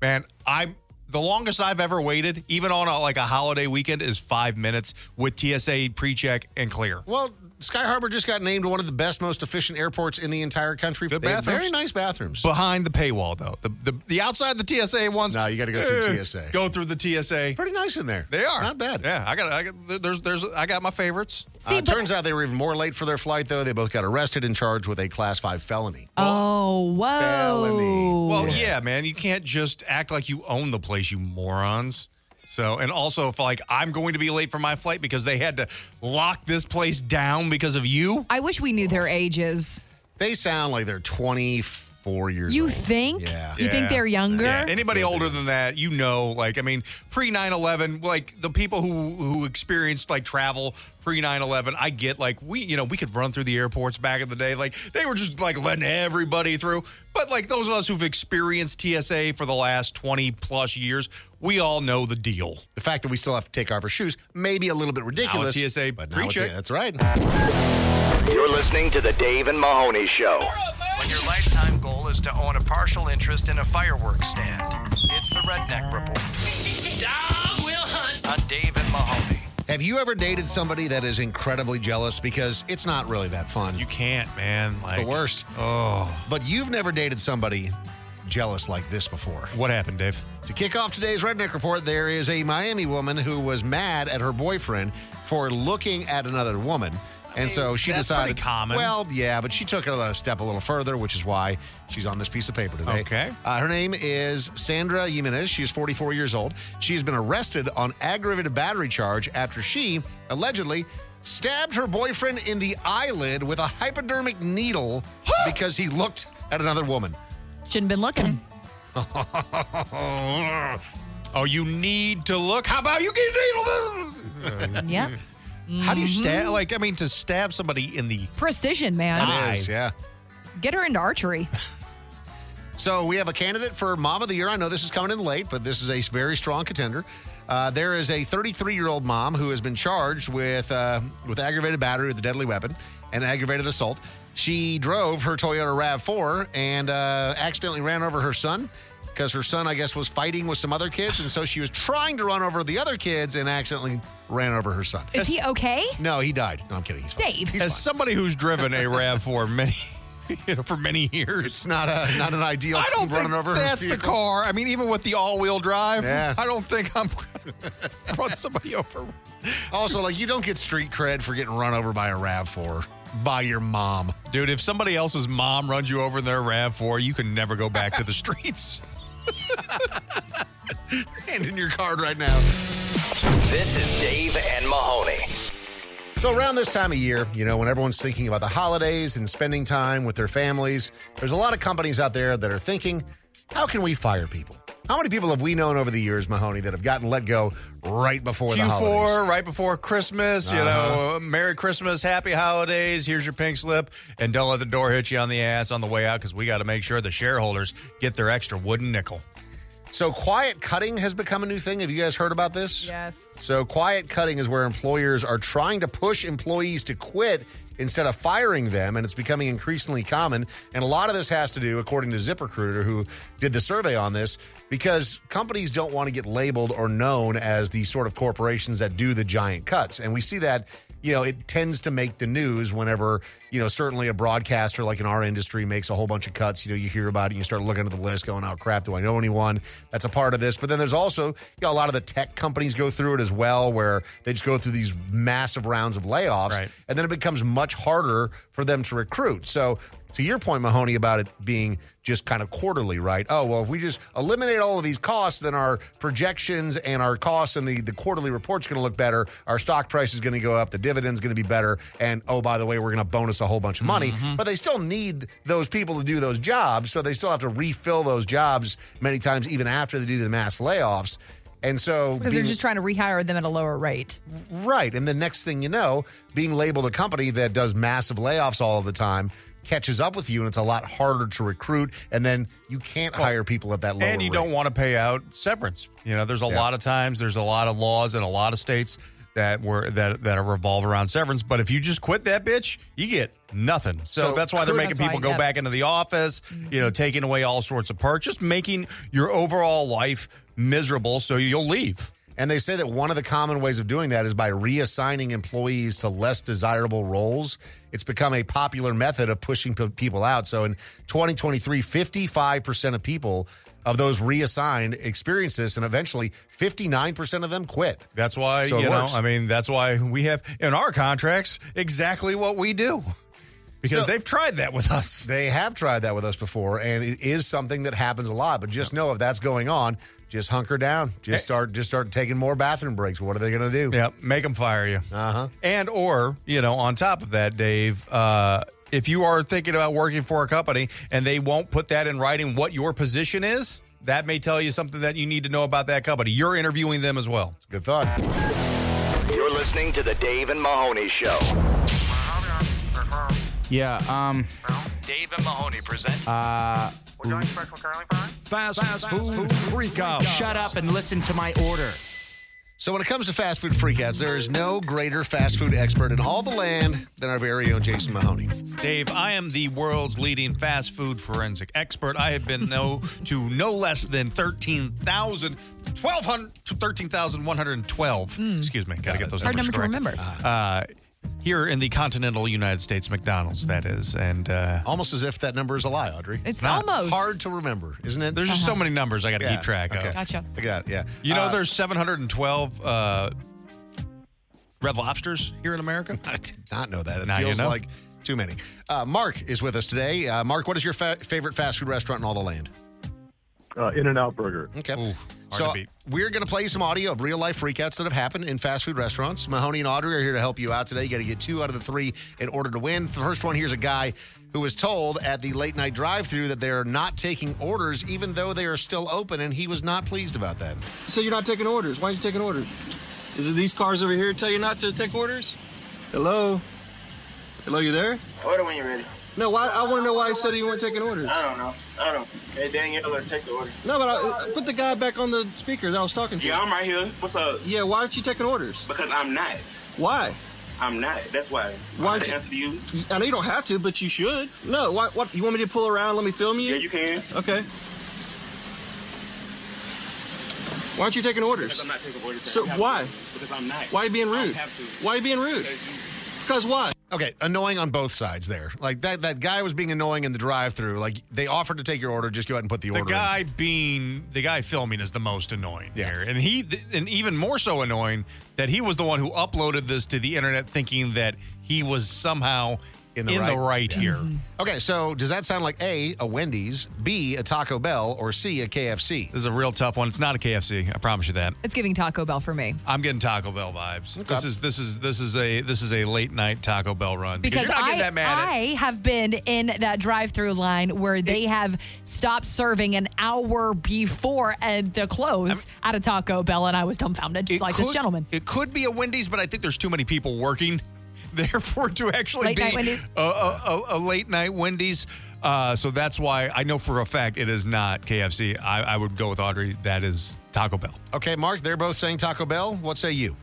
man, I'm the longest I've ever waited, even on a, like a holiday weekend, is five minutes with TSA pre check and clear. Well, Sky Harbor just got named one of the best, most efficient airports in the entire country. Good They have bathrooms. Very nice bathrooms. Behind the paywall, though. The, the, the outside the TSA ones. No, you got to go eh, through TSA. Go through the TSA. Pretty nice in there. They are Not bad. Yeah, I got. I got there's. There's. I got my favorites. uh, turns out they were even more late for their flight, though. They both got arrested and charged with a class five felony. oh, whoa. Well, yeah, man, you can't just act like you own the place, you morons. So, and also, if like I'm going to be late for my flight because they had to lock this place down because of you, I wish we knew their ages. They sound like they're 24 years You old. think? Yeah. You think they're younger? Yeah. Anybody older than that, you know, like I mean, pre 9/11, like the people who who experienced like travel pre 9/11, I get like we, you know, we could run through the airports back in the day, like they were just like letting everybody through. But like those of us who've experienced TSA for the last 20 plus years, we all know the deal. The fact that we still have to take off our shoes may be a little bit ridiculous. Now with TSA but now with pre-check. the- That's right. You're listening to the Dave and Mahoney Show. When your lifetime goal is to own a partial interest in a fireworks stand, it's the Redneck Report Dog will hunt. on Dave and Mahoney. Have you ever dated somebody that is incredibly jealous? Because it's not really that fun. You can't, man. It's the worst. Oh. But you've never dated somebody jealous like this before. What happened, Dave? To kick off today's Redneck Report, there is a Miami woman who was mad at her boyfriend for looking at another woman. And so she that's decided. pretty common. Well, yeah, but she took it a step a little further, which is why she's on this piece of paper today. Okay. Uh, her name is Sandra Jimenez. She is 44 years old. She has been arrested on aggravated battery charge after she allegedly stabbed her boyfriend in the eyelid with a hypodermic needle because he looked at another woman. Shouldn't been looking. oh, you need to look. How about you get a needle? yeah. How do you stab? Mm-hmm. Mhm. Like, I mean, to stab somebody in the Precision, man. It is, yeah. Get her into archery. So we have a candidate for Mom of the Year. I know this is coming in late, but this is a very strong contender. Uh, there is a 33 year old mom who has been charged with uh, with aggravated battery with a deadly weapon and aggravated assault. She drove her Toyota Rav4 and uh, accidentally ran over her son because her son, I guess, was fighting with some other kids, and so she was trying to run over the other kids and accidentally ran over her son. Is he okay? No, he died. No, I'm kidding. He's fine. Dave. He's As fine. somebody who's driven a Rav for many, you know, for many years, it's not a not an ideal. I don't running think over her that's the vehicle. car. I mean, even with the all-wheel drive, Yeah. I don't think I'm going to run somebody over. Also, like you don't get street cred for getting run over by a Rav Four by your mom. Dude, if somebody else's mom runs you over in their RAV4, you can never go back to the streets. Hand in your card right now. This is Dave and Mahoney. So around this time of year, you know, when everyone's thinking about the holidays and spending time with their families, there's a lot of companies out there that are thinking, how can we fire people? How many people have we known over the years, Mahoney, that have gotten let go right before the holidays? Q4, right before Christmas, you Uh-huh. know, Merry Christmas, Happy Holidays. Here's your pink slip, and don't let the door hit you on the ass on the way out because we got to make sure the shareholders get their extra wooden nickel. So quiet cutting has become a new thing. Have you guys heard about this? Yes. So quiet cutting is where employers are trying to push employees to quit instead of firing them, and it's becoming increasingly common. And a lot of this has to do, according to ZipRecruiter, who did the survey on this, because companies don't want to get labeled or known as the sort of corporations that do the giant cuts. And we see that, you know, it tends to make the news whenever, you know, certainly a broadcaster like in our industry makes a whole bunch of cuts. You know, you hear about it, you start looking at the list, going, oh crap, do I know anyone? That's a part of this. But then there's also, you know, a lot of the tech companies go through it as well, where they just go through these massive rounds of layoffs. Right. And then it becomes much harder for them to recruit. So, to your point, Mahoney, about it being just kind of quarterly, right? Oh, well, if we just eliminate all of these costs, then our projections and our costs and the, the quarterly report's going to look better. Our stock price is going to go up. The dividend's going to be better. And oh, by the way, we're going to bonus a whole bunch of money. But they still need those people to do those jobs. So they still have to refill those jobs many times, even after they do the mass layoffs. And so Because they're being- just trying to rehire them at a lower rate. Right. And the next thing you know, being labeled a company that does massive layoffs all of the time catches up with you and it's a lot harder to recruit and then you can't hire people at that level. and you don't want to pay out severance. You know, there's a lot of times, there's a lot of laws in a lot of states that were that that are revolve around severance. But if you just quit that bitch, you get nothing. So, So that's why they're could- making That's why, Mm-hmm. people go yeah. back into the office. You know, taking away all sorts of perks, just making your overall life miserable. So you'll leave. And they say that one of the common ways of doing that is by reassigning employees to less desirable roles. It's become a popular method of pushing p- people out. So in 2023, 55% of people of those reassigned experience this, and eventually 59% of them quit. That's why So it you know. works. I mean, that's why we have in our contracts exactly what we do because So- they've tried that with us. They have tried that with us before, and it is something that happens a lot. But just know if that's going on, just hunker down. Just start. Just start taking more bathroom breaks. What are they going to do? Yep, make them fire you. Uh huh. And or, you know, on top of that, Dave, uh, if you are thinking about working for a company and they won't put that in writing what your position is, that may tell you something that you need to know about that company. You're interviewing them as well. Good thought. You're listening to the Dave and Mahoney Show. Yeah. Um. Dave and Mahoney present Uh. Fast, fast Food Freakout. Shut up and listen to my order. So when it comes to fast food freakouts, there is no greater fast food expert in all the land than our very own Jason Mahoney. Dave, I am the world's leading fast food forensic expert. I have been no to no less than 13,000 1,200 to 13,112. Excuse me. Got to get those Hmm. Hard numbers number to correct. remember. Uh, here in the continental United States, McDonald's, that is. And uh, Almost as if that number is a lie, Audrey. It's not almost Uh-huh. Hard to remember, isn't it? There's just so many numbers I got to Yeah, keep track okay. of. Gotcha. I got it, yeah. You know, Uh, there's 712 uh, red lobsters here in America. I did not know that. It Now you feels know. like too many. Uh, Mark is with us today. Uh, Mark, what is your fa- favorite fast food restaurant in all the land? uh, In and Out Burger. Okay. to so beat. we're going to play some audio of real life freakouts that have happened in fast food restaurants. Mahoney and Audrey are here to help you out today. You got to get two out of the three in order to win. The first one here's a guy who was told at the late night drive through that they're not taking orders, even though they are still open, and he was not pleased about that. So you're not taking orders. Why aren't you taking orders? Is it these cars over here tell you not to take orders? Hello? Hello, you there? Order when you're ready. No, why, I want to know why he said he weren't taking orders. I don't know. I don't know. Hey, Danielle, take the order. No, but I, I put the guy back on the speaker that I was talking to. Yeah, I'm right here. What's up? Yeah, why aren't you taking orders? Because I'm not. Why? I'm not. That's why. Why I'm did- to answer to you. I know you don't have to, but you should. No, why, what? You want me to pull around? Let me film you? Yeah, you can. Okay. Why aren't you taking orders? Because I'm not taking orders. So I have why? to. Because I'm not. Why are you being rude? Why are you being rude? Because why? Okay, annoying on both sides there. Like that that guy was being annoying in the drive-through. Like they offered to take your order, just go ahead and put the, The order. guy being the guy filming is the most annoying Yeah. here, and he th- and even more so annoying that he was the one who uploaded this to the internet, thinking that he was somehow in the right, yeah. here. Mm-hmm. Okay, so does that sound like A, a Wendy's, B, a Taco Bell, or C, a KFC? This is a real tough one. It's not a KFC. I promise you that. It's giving Taco Bell for me. I'm getting Taco Bell vibes. This is this is this is a this is a late night Taco Bell run Because you're not I, getting that mad at- I have been in that drive through line where they have stopped serving an hour before and the close at a Taco Bell, and I was dumbfounded, just like this could- gentleman. It could be a Wendy's, but I think there's too many people working there for it to actually Late be night Wendy's? A, a- a- a late night Wendy's. Uh, so that's why I know for a fact it is not KFC. I, I would go with Audrey. That is Taco Bell. Okay, Mark, they're both saying Taco Bell. What say you?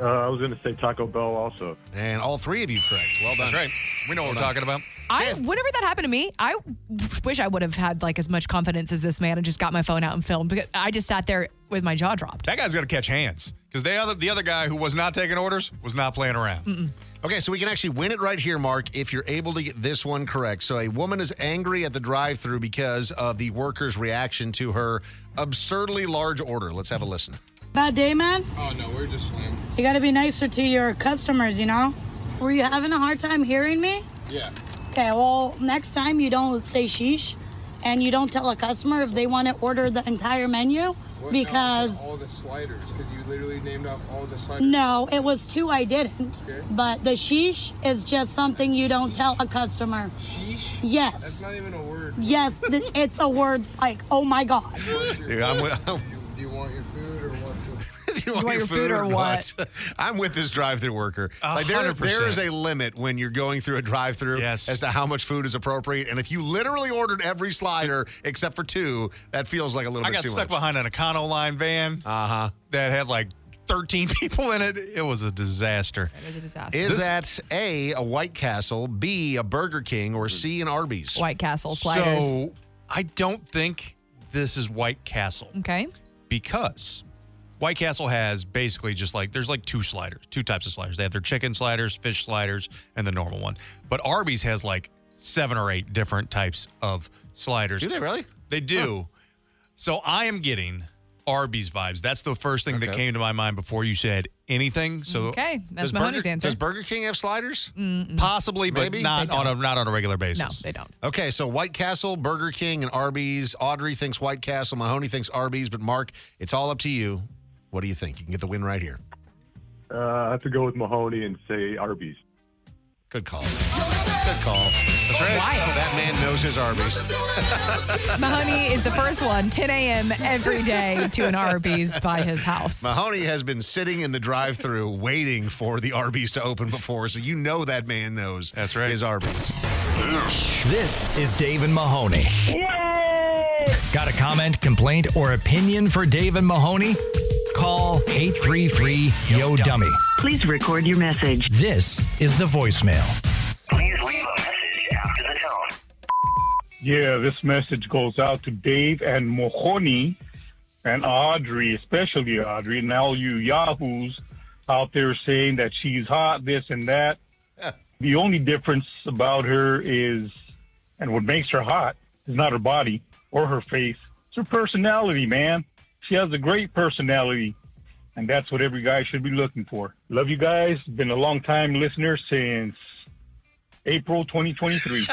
Uh, I was going to say Taco Bell also. And all three of you correct. Well done. That's right. We know what we're talking about. I whenever that happened to me, I wish I would have had like as much confidence as this man and just got my phone out and filmed because I just sat there with my jaw dropped. That guy's got to catch hands because the other the other guy who was not taking orders was not playing around. Okay, so we can actually win it right here, Mark, if you're able to get this one correct. So, a woman is angry at the drive through because of the worker's reaction to her absurdly large order. Let's have a listen. Bad day, man. Oh, no, we're just slammed. Uh, You gotta be nicer to your customers, you know? Were you having a hard time hearing me? Yeah. Okay, well, next time you don't say sheesh and you don't tell a customer if they wanna order the entire menu because. all the sliders, because you literally named off all the sliders. No, it was two I didn't. But the sheesh is just something you don't tell a customer. Sheesh? Yes. not even a word. Yes, th- it's a word like, oh my God. Yeah, I'm with, Do you want your food or what? do you want, your, food, or what? I'm with this drive through worker. A Like there, hundred percent. there is a limit when you're going through a drive through Yes. as to how much food is appropriate. And if you literally ordered every slider except for two, that feels like a little I bit got too stuck much. behind an Econoline van uh-huh. that had like 13 people in it. It was a disaster. It was a disaster. Is that A, a White Castle, B, a Burger King, or C, an Arby's? White Castle sliders? So I don't think this is White Castle okay. because White Castle has basically just like there's like two sliders, two types of sliders. They have their chicken sliders, fish sliders, and the normal one. But Arby's has like seven or eight different types of sliders. Do they really? They do. So I am getting Arby's vibes. That's the first thing that Okay. came to my mind before you said anything. So Okay, that's Does Mahoney's Burger- answer. Mm-hmm. Does Burger King have sliders? possibly, but Maybe. not They on a not on a regular basis. No, they don't. Okay, so White Castle, Burger King, and Arby's. Audrey thinks White Castle, Mahoney thinks Arby's, but Mark, it's all up to you. What do you think? You can get the win right here. Uh, I have to go with Mahoney and say Arby's. Good call. Good call. That's right. That man knows his Arby's. Mahoney is the first one, 10 a.m. every day to an Arby's by his house. Mahoney has been sitting in the drive-through waiting for the Arby's to open before, so you know that man knows That's right. his Arby's. This is Dave and Mahoney. Got a comment, complaint, or opinion for Dave and Mahoney? Call 833 Yo Dummy. Please record your message. This is the voicemail. Please leave a message after the tone. Yeah, this message goes out to Dave and Mohoni and Audrey, especially Audrey, and all you yahoos out there saying that she's hot, this and that. the only difference about her is, and what makes her hot is not her body or her face, it's her personality, man. She has a great personality, and that's what every guy should be looking for. Love you guys. Been a long time listener since April 2023.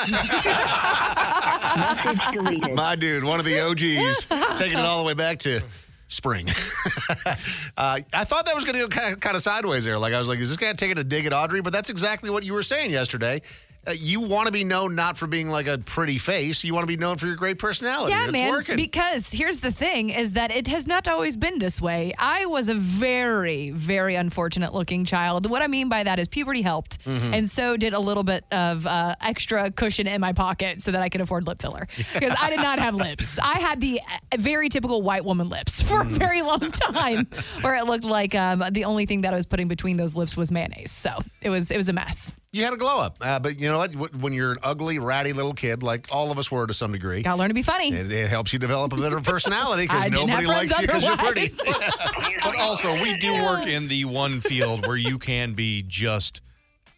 My dude, one of the OGs, taking it all the way back to spring. uh, I thought that was going to go kind of sideways there. Like I was like, is this guy taking a dig at Audrey? But that's exactly what you were saying yesterday. uh, you want to be known not for being like a pretty face. You want to be known for your great personality. Yeah, it's man. working. Because here's the thing: is that it has not always been this way. I was a very, very unfortunate looking child. What I mean by that is puberty helped, Mm-hmm. Mhm. and so did a little bit of uh, extra cushion in my pocket so that I could afford lip filler because I did not have lips. I had the uh, very typical white woman lips for Mm. a very long time, where it looked like um, the only thing that I was putting between those lips was mayonnaise. So it was it was a mess. you had a glow up, uh, but you know what? Wh- When you're an ugly, ratty little kid, like all of us were to some degree, Gotta learn to be funny. it, it helps you develop a bit of a personality I because didn't have nobody friends likes you because you're pretty. otherwise. but also, we do work in the one field where you can be just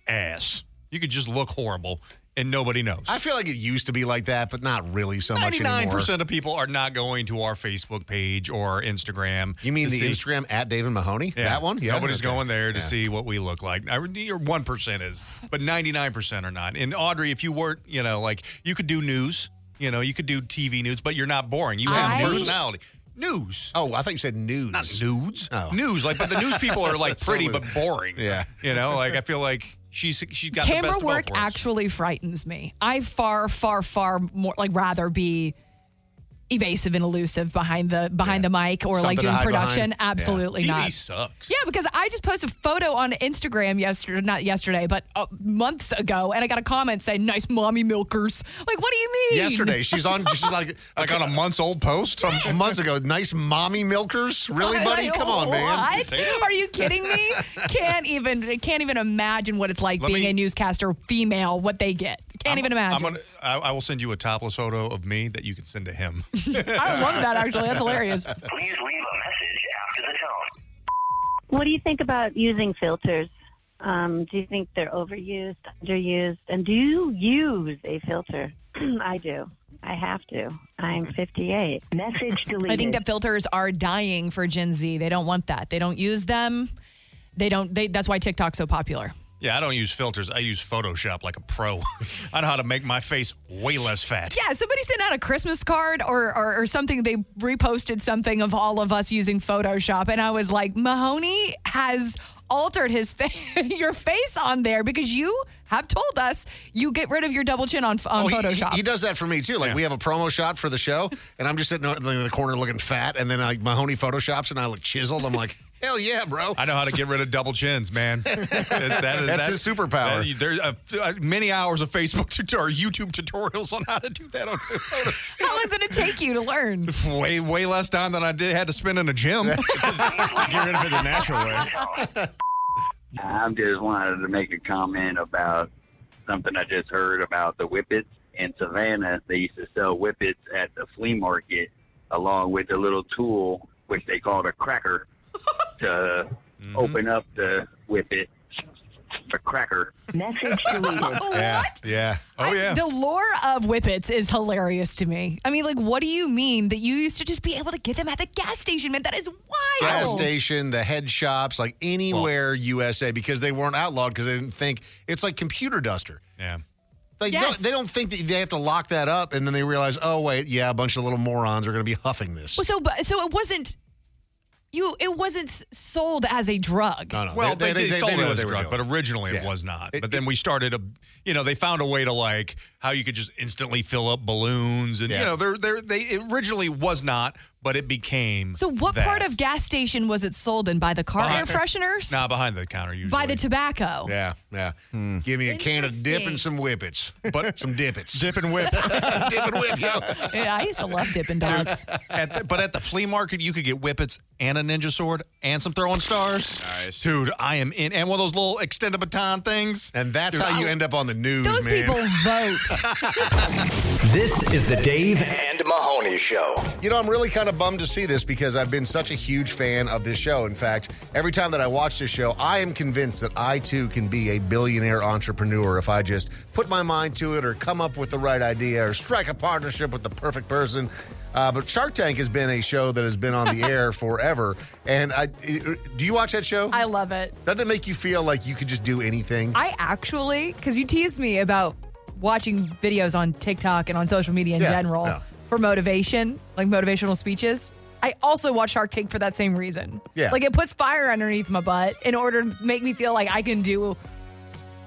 ass. You could just look horrible and nobody knows. I feel like it used to be like that, but not really so much anymore. 99% of people are not going to our Facebook page or our Instagram. You mean to the see- Instagram at David Mahoney? Yeah. That one? Yeah. Nobody's okay. going there to see what we look like. I, your 1% is, but 99% are not. And Audrey, if you weren't, you know, like you could do news, you know, you could do TV news, but you're not boring. You have I- a personality. News. Oh, I thought you said news. Oh. Not nudes. News. Like, but the news people are like That's pretty so but boring. Yeah. You know, like I feel like she's she's got the camera best work of both worlds. actually frightens me. I far, far, far more like rather be evasive and elusive behind the behind the mic or Something like to doing hide production. behind. Absolutely Yeah. TV not. sucks. Yeah, because I just posted a photo on Instagram yesterday, not yesterday, but uh, months ago, and I got a comment saying "nice mommy milkers." Like, what do you mean? Yesterday, she's on. She's like, like on a month's old post from months ago. Nice mommy milkers, really, buddy? Like, Come on, man. what? Are you kidding me? can't even can't even imagine what it's like Let being me- a newscaster female. What they get, can't even imagine. I'm gonna, I, I will send you a topless photo of me that you can send to him. I would love that actually. That's hilarious. Please leave a message after the tone. What do you think about using filters? Um, do you think they're overused, underused? And do you use a filter? I do. I have to. I'm 58. Message deleted. I think that filters are dying for Gen Z. They don't want that. They don't use them. They don't. They, that's why TikTok's so popular. yeah, I don't use filters. I use Photoshop like a pro. I know how to make my face way less fat. Yeah, somebody sent out a Christmas card or, or or something. They reposted something of all of us using Photoshop, and I was like, Mahoney has altered his fa- your face on there because you have told us you get rid of your double chin on on Oh, he- Photoshop. He, he does that for me too. Like we have a promo shot for the show, and I'm just sitting in the corner looking fat, and then like Mahoney photoshops, and I look chiseled. I'm like, hell yeah, bro. I know how to get rid of double chins, man. That- that- That's his superpower. that- there's uh, uh, many hours of Facebook tut- or YouTube tutorials on how to do that on Photoshop. How long did it take you to learn? Way, way less time than I did had to spend in a gym. to get rid of it the natural way. I just wanted to make a comment about something I just heard about the whippets. In Savannah, they used to sell whippets at the flea market along with the little tool, which they called a cracker, to open up the whippet. A cracker. Message deleted. What? Yeah. Oh yeah. The lore of whippets is hilarious to me. I mean, like, what do you mean that you used to just be able to get them at the gas station, man? That is wild. gas station, the head shops, like anywhere USA, because they weren't outlawed because they didn't think it's like computer duster. Yeah. Like no- Yes. they don't think that they have to lock that up, and then they realize, oh wait, yeah, a bunch of little morons are going to be huffing this. Well, so, but so it wasn't you. It wasn't s- sold as a drug. No, no, Well, they- they, they- they, they- sold they knew it what as they a were drug, doing. but originally Yeah. it was not. but then we started a, you know, they found a way to like how you could just instantly fill up balloons, and Yeah. you know, they're they're they it originally was not, but it became. So, what that. part of gas station was it sold in? By the car air Behind- fresheners? Nah, behind the counter usually. By the tobacco? Yeah, yeah. Give me a can of dip Interesting. and some whippets, but some dippets, dip and whip, dip and whip, yo. Yeah, I used to love Dippin' Dots. At the- but at the flea market, you could get whippets and a ninja sword and some throwing stars. Nice, dude. I am in, and one of those little extended baton things. And that's how you end up on the news, Those man. people This is the Dave and Mahoney Show. You know, I'm really kind of bummed to see this because I've been such a huge fan of this show. In fact, every time that I watch this show, I am convinced that I too can be a billionaire entrepreneur if I just put my mind to it or come up with the right idea or strike a partnership with the perfect person. Uh, but Shark Tank has been a show that has been on the air forever. And I, do you watch that show? I love it. Doesn't it make you feel like you could just do anything? I actually, because you teased me about watching videos on TikTok and on social media in Yeah, general yeah. for motivation, like motivational speeches. I also watch Shark Tank for that same reason. Yeah. Like it puts fire underneath my butt in order to make me feel like I can do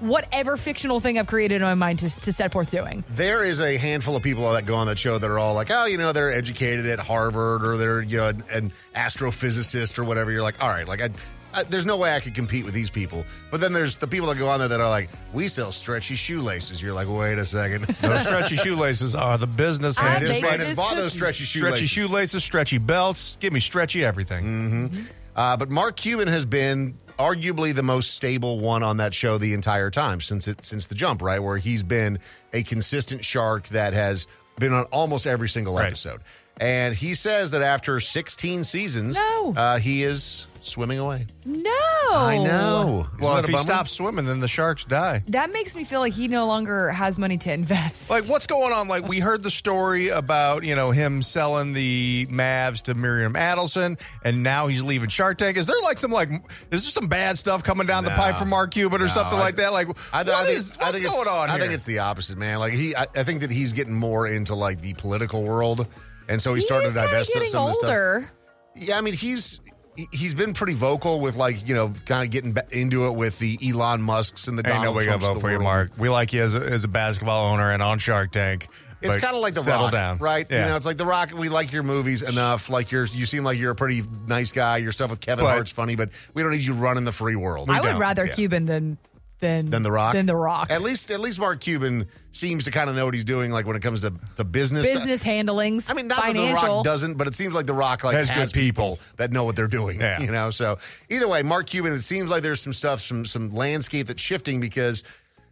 whatever fictional thing I've created in my mind to, to set forth doing. There is a handful of people that go on that show that are all like, oh, you know, they're educated at Harvard or they're you know an, an astrophysicist or whatever. You're like, all right, like I, I, there's no way I could compete with these people. But then there's the people that go on there that are like, we sell stretchy shoelaces. You're like, wait a second, Those stretchy shoelaces are the business I man. This make man has this bought those cookie. stretchy Stretchy shoelaces. shoelaces, Mm. stretchy belts. Give me stretchy everything. Mm-hmm. Uh, but Mark Cuban has been arguably the most stable one on that show the entire time since it since the jump, right? Where he's been a consistent shark that has been on almost every single episode. And he says that after 16 seasons, No. uh, he is swimming away. No. I know. Isn't well, that if a he bummer? stops swimming, then the sharks die. That makes me feel like he no longer has money to invest. Like, what's going on? Like, we heard the story about, you know, him selling the Mavs to Miriam Adelson, and now he's leaving Shark Tank. Is there like some, like, is there some bad stuff coming down the No. pipe from Mark Cuban or No, something I- like that? Like, I, th- I what think, is- I what's think going it's, on I here? think it's the opposite, man. Like he, I, I think that he's getting more into like the political world, and so he's starting to kinda divest of getting some of older. the stuff. Yeah, I mean he's he- he's been pretty vocal with like you know kind of getting ba- into it with the Elon Musk's and the Ain't Donald nobody gonna Trumps of vote the for you, world. Mark. We like you as a, as a basketball owner and on Shark Tank. It's but kind of like the settle Rock, down, right? Yeah. You know, it's like the Rock. We like your movies enough. Like you're, you seem like you're a pretty nice guy. Your stuff with Kevin But- Hart's funny, but we don't need you running the free world. I would rather Yeah. Cuban than than than the Rock. Than the Rock. At least, at least Mark Cuban seems to kind of know what he's doing. Like when it comes to the business, Business handlings. I mean, Not that financial. the Rock doesn't, but it seems like the Rock like Has has, good people that know what they're doing. Yeah. You know, so either way, Mark Cuban. It seems like there's some stuff, some some landscape that's shifting because,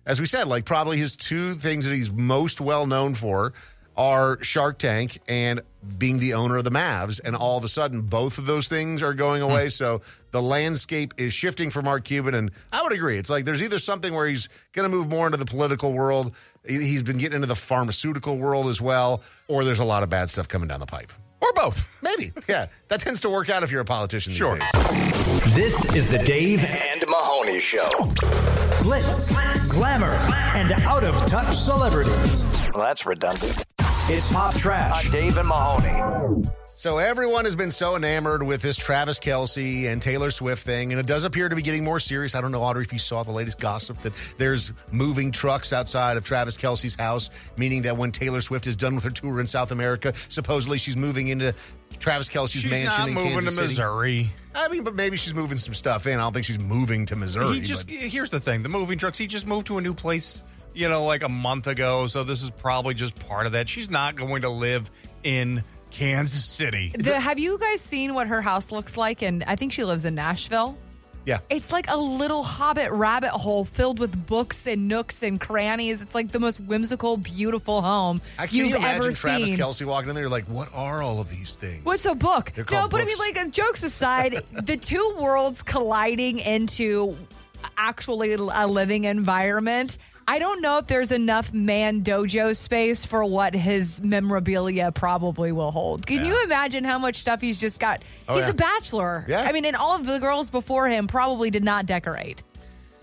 as we said, like probably his two things that he's most well known for are Shark Tank and being the owner of the Mavs. And all of a sudden, both of those things are going away. So the landscape is shifting for Mark Cuban. And I would agree. It's like there's either something where he's going to move more into the political world. he- He's been getting into the pharmaceutical world as well, or there's a lot of bad stuff coming down the pipe. or both. Maybe. Yeah. That tends to work out if you're a politician these Sure. days. This is the Dave and Mahoney Show. Glitz, glamour, and out of touch celebrities. Well, that's redundant. It's pop trash. on Dave and Mahoney. So everyone has been so enamored with this Travis Kelsey and Taylor Swift thing, and it does appear to be getting more serious. I don't know, Audrey, if you saw the latest gossip that there's moving trucks outside of Travis Kelsey's house, meaning that when Taylor Swift is done with her tour in South America, supposedly she's moving into Travis Kelsey's She's mansion not in moving Kansas to City. Missouri. I mean, but maybe she's moving some stuff in. I don't think she's moving to Missouri. He just but- here's the thing: the moving trucks. He just moved to a new place, you know, like a month ago. So this is probably just part of that. She's not going to live in Kansas City. The- have you guys seen what her house looks like? And I think she lives in Nashville. yeah. It's like a little hobbit rabbit hole filled with books and nooks and crannies. It's like the most whimsical, beautiful home I can you've you imagine ever Travis seen. Kelsey walking in there like, what are all of these things? What's a book? They're No, called but I books. mean, like, uh, jokes aside, the two worlds colliding into actually a living environment. I don't know if there's enough man dojo space for what his memorabilia probably will hold. Can you imagine how much stuff he's just got? Oh, he's yeah. a bachelor. Yeah. I mean, and all of the girls before him probably did not decorate.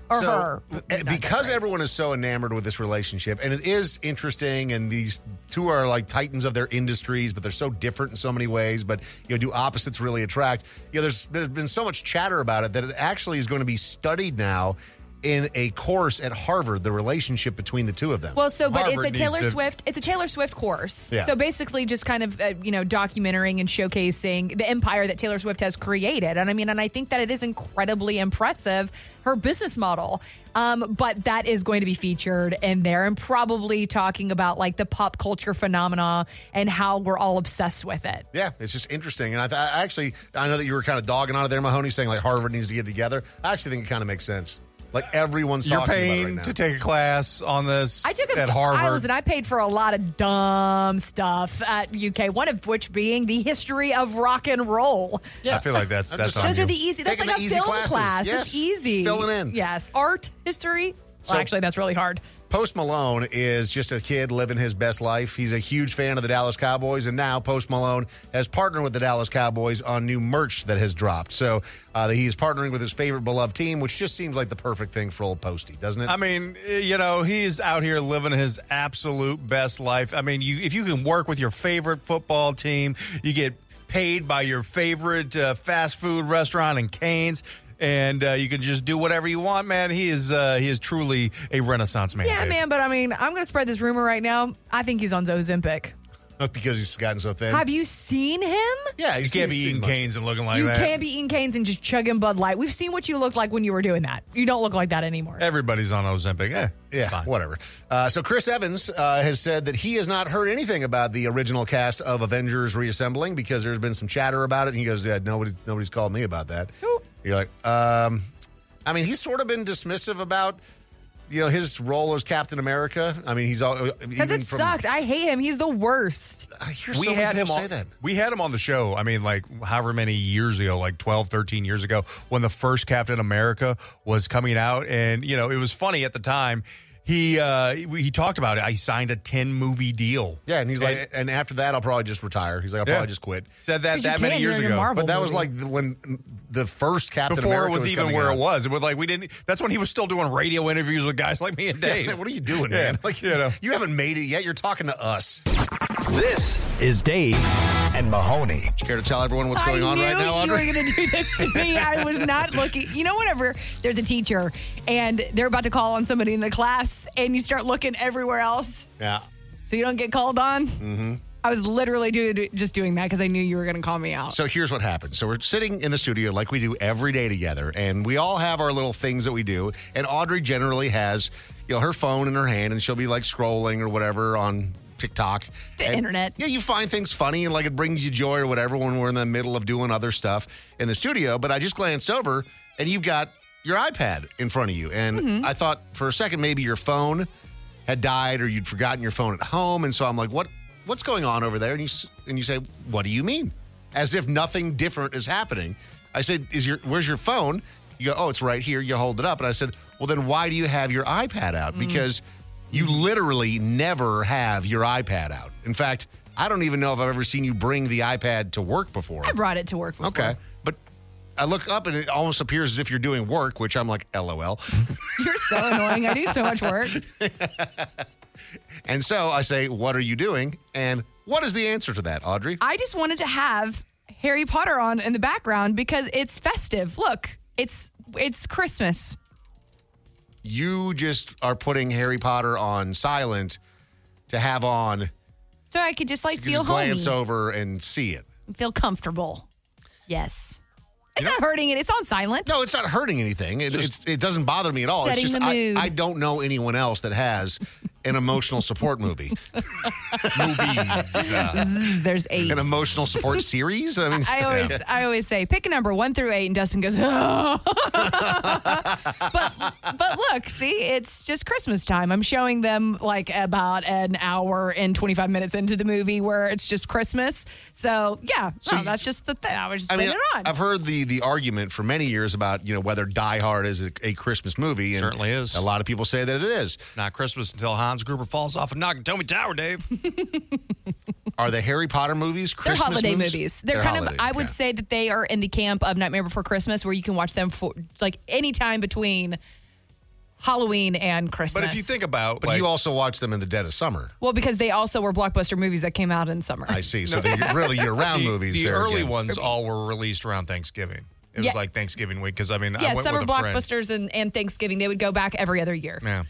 Or so, her. uh, Because everyone is so enamored with this relationship, and it is interesting, and these two are like titans of their industries, but they're so different in so many ways. But you know, do opposites really attract? You know, there's there's been so much chatter about it that it actually is going to be studied now in a course at Harvard, the relationship between the two of them. Well, so but it's a Taylor Swift. Swift. It's a Taylor Swift course. Yeah. So basically, just kind of uh, you know documenting and showcasing the empire that Taylor Swift has created. And I mean, and I think that it is incredibly impressive her business model. Um, but that is going to be featured in there, and probably talking about like the pop culture phenomena and how we're all obsessed with it. Yeah, it's just interesting. And I, th- I actually, I know that you were kind of dogging on it there, Mahoney, saying like Harvard needs to get together. I actually think it kind of makes sense. Like everyone's You're talking about it paying right now. to take a class on this I took a, at Harvard. I was, and I paid for a lot of dumb stuff at UK. One of which being the history of rock and roll. I feel like that's that's on Those you. are the easy. That's Taking like a the easy film classes. class. Yes. It's easy. Just filling in. Yes. Art, history. So- well, actually, that's really hard. Post Malone is just a kid living his best life. He's a huge fan of the Dallas Cowboys, and now Post Malone has partnered with the Dallas Cowboys on new merch that has dropped. So uh, he is partnering with his favorite beloved team, which just seems like the perfect thing for old Posty, doesn't it? I mean, eh, you know, he's out here living his absolute best life. I mean, you if you can work with your favorite football team, you get paid by your favorite uh, fast food restaurant in Canes. and uh, you can just do whatever you want, man. He is uh, he is truly a renaissance man. Yeah, Dave. man, but I mean, I'm going to spread this rumor right now. I think he's on Zozimpic. because he's gotten so thin. Have you seen him? Yeah, You can't be eating canes and looking like you that. can't be eating canes and just chugging Bud Light. We've seen what you looked like when you were doing that. You don't look like that anymore. Everybody's on Ozempic. Eh, Yeah, Yeah, whatever. Uh, so Chris Evans uh, has said that he has not heard anything about the original cast of Avengers reassembling because there's been some chatter about it. And he goes, "Yeah, nobody, nobody's called me about that." You're like, um, I mean, he's sort of been dismissive about you know his role as Captain America. I mean, he's all Because it sucked. I hate him. He's the worst. we had him on, we had him on the show i mean like however many years ago like 12 13 years ago when the first captain america was coming out and you know it was funny at the time he uh we- he talked about it i signed a 10 movie deal Yeah, and he's like, and after that, I'll probably just retire. He's like, I'll Yeah. probably just quit. Said that 'Cause you that many can, years you're in a ago. Marvel but that was movie. like the- when the first Captain before America it was, even coming where out. it was it was like we didn't that's when he was still doing radio interviews with guys like me and dave Yeah, what are you doing, Yeah, man? Like, you know you haven't made it yet. You're talking to us. This is Dave and Mahoney. You care to tell everyone what's going I on knew right now, you were Audrey? going to do this to me. I was not looking. You know, whenever there's a teacher and they're about to call on somebody in the class, and you start looking everywhere else yeah. so you don't get called on. Mm-hmm. I was literally do, just doing that because I knew you were going to call me out. So here's what happened. So we're sitting in the studio like we do every day together, and we all have our little things that we do. And Audrey generally has, you know, her phone in her hand, and she'll be like scrolling or whatever on TikTok, The And- internet. Yeah, you find things funny and like it brings you joy or whatever when we're in the middle of doing other stuff in the studio. But I just glanced over, and you've got your iPad in front of you, and I thought for a second maybe your phone had died or you'd forgotten your phone at home, and so I'm like, what? What's going on over there? And you s- and you say, what do you mean? As if nothing different is happening. I said, is your where's your phone? You go, oh, it's right here. You hold it up, and I said, well, then why do you have your iPad out? Because you literally never have your iPad out. In fact, I don't even know if I've ever seen you bring the iPad to work before. I brought it to work. Before. Okay. But I look up and it almost appears as if you're doing work, which I'm like, LOL. You're so annoying. I do so much work. And so I say, What are you doing? And what is the answer to that, Audrey? I just wanted to have Harry Potter on in the background because it's festive. Look, it's it's Christmas. You just are putting Harry Potter on silent to have on, you So I could just like can feel just glance homey, over and see it. and feel comfortable. Yes. It's not hurting it. It's on silent. No, it's not hurting anything. It, it's, it doesn't bother me at all. Setting it's just the mood. I, I don't know anyone else that has an emotional support movie. Movies. Zzz, There's eight. an emotional support series. I mean, I always I always say pick a number one through eight, and Dustin goes, oh. but but look, see, it's just Christmas time. I'm showing them like about an hour and 25 minutes into the movie where it's just Christmas. So yeah, no, that's just the thing. I was just I putting mean, it on. I've heard the the argument for many years about you know whether Die Hard is a, a Christmas movie. And Certainly is. A lot of people say that it is. it's not christmas until hans gruber falls off a nakatomi tower dave Are the Harry Potter movies They're Christmas holiday movies. They're, kind holiday, of, I would yeah. say that they are in the camp of Nightmare Before Christmas, where you can watch them for like any time between Halloween and Christmas. about, but you also watch them in the dead of summer. well, because they also were blockbuster movies that came out in summer. I see. So they're really year-round The- movies. The there early again. ones all were released around Thanksgiving. It Yeah. was like Thanksgiving week because I mean, I yeah, went summer with a friend. blockbusters and, and Thanksgiving. They would go back every other year. Yeah.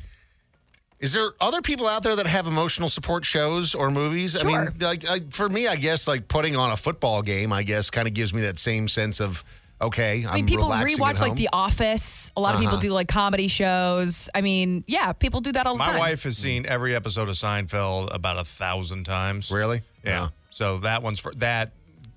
Is there other people out there that have emotional support shows or movies? I mean, Sure. like I, for me, I guess like putting on a football game, I guess, kind of gives me that same sense of okay. I mean, people rewatch like The Office. A lot of people Uh-huh. do like comedy shows. I mean, yeah, people do that all the My time. wife has seen every episode of Seinfeld about a thousand times. Really? Yeah. So that one's for that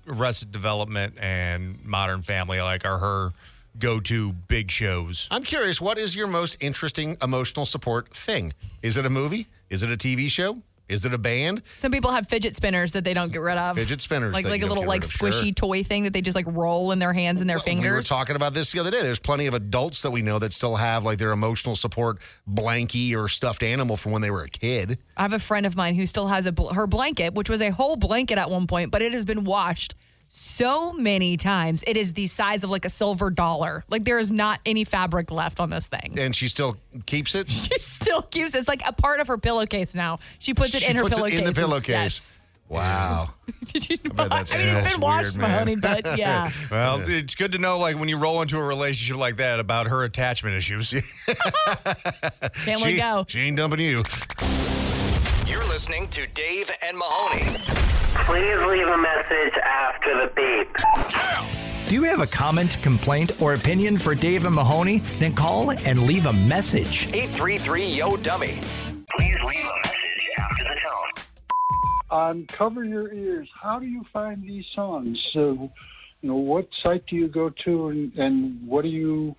Arrested Development and Modern Family, like are her go-to big shows. I'm curious, what is your most interesting emotional support thing? Is it a movie? Is it a TV show? Is it a band? Some people have fidget spinners that they don't get rid of. Fidget spinners like that like you a don't little get like rid of, sure. squishy toy thing that they just like roll in their hands and their fingers. We were talking about this the other day. There's plenty of adults that we know that still have like their emotional support blankie or stuffed animal from when they were a kid. I have a friend of mine who still has a bl- her blanket, which was a whole blanket at one point, but it has been washed so many times. It is the size of like a silver dollar. Like there is not any fabric left on this thing. And she still keeps it. She still keeps it. It's like a part of her pillowcase now. She puts it She in her puts it pillowcase. in the It's- pillowcase. yes. Wow. I, mean, I mean, it's been washed, Mahoney, but yeah. well, it's good to know, like, when you roll into a relationship like that about her attachment issues. Can't let she, go. She ain't dumping you. You're listening to Dave and Mahoney. Please leave a message after the beep. Do you have a comment, complaint, or opinion for Dave and Mahoney? Then call and leave a message. 833 Yo Dummy. Please leave a message after the tone. on Cover Your Ears, how do you find these songs? So, you know, what site do you go to and, and what do you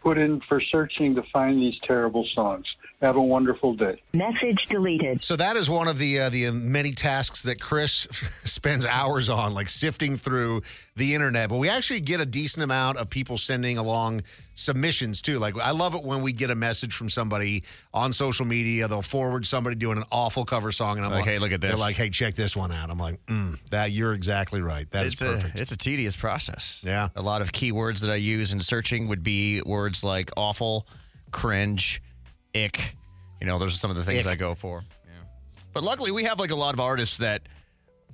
put in for searching to find these terrible songs? Have a wonderful day. Message deleted. So that is one of the uh, the many tasks that Chris spends hours on, like sifting through the internet. But we actually get a decent amount of people sending along submissions too. Like I love it when we get a message from somebody on social media. They'll forward somebody doing an awful cover song, and I'm like, Like, "Hey, look at They're this." like, hey, check this one out. I'm like, mm, that you're exactly right. That is it's perfect. A, it's a tedious process. Yeah. A lot of keywords that I use in searching would be words like awful, cringe, ick. You know, those are some of the things Ick. I go for. Yeah. But luckily, we have like a lot of artists that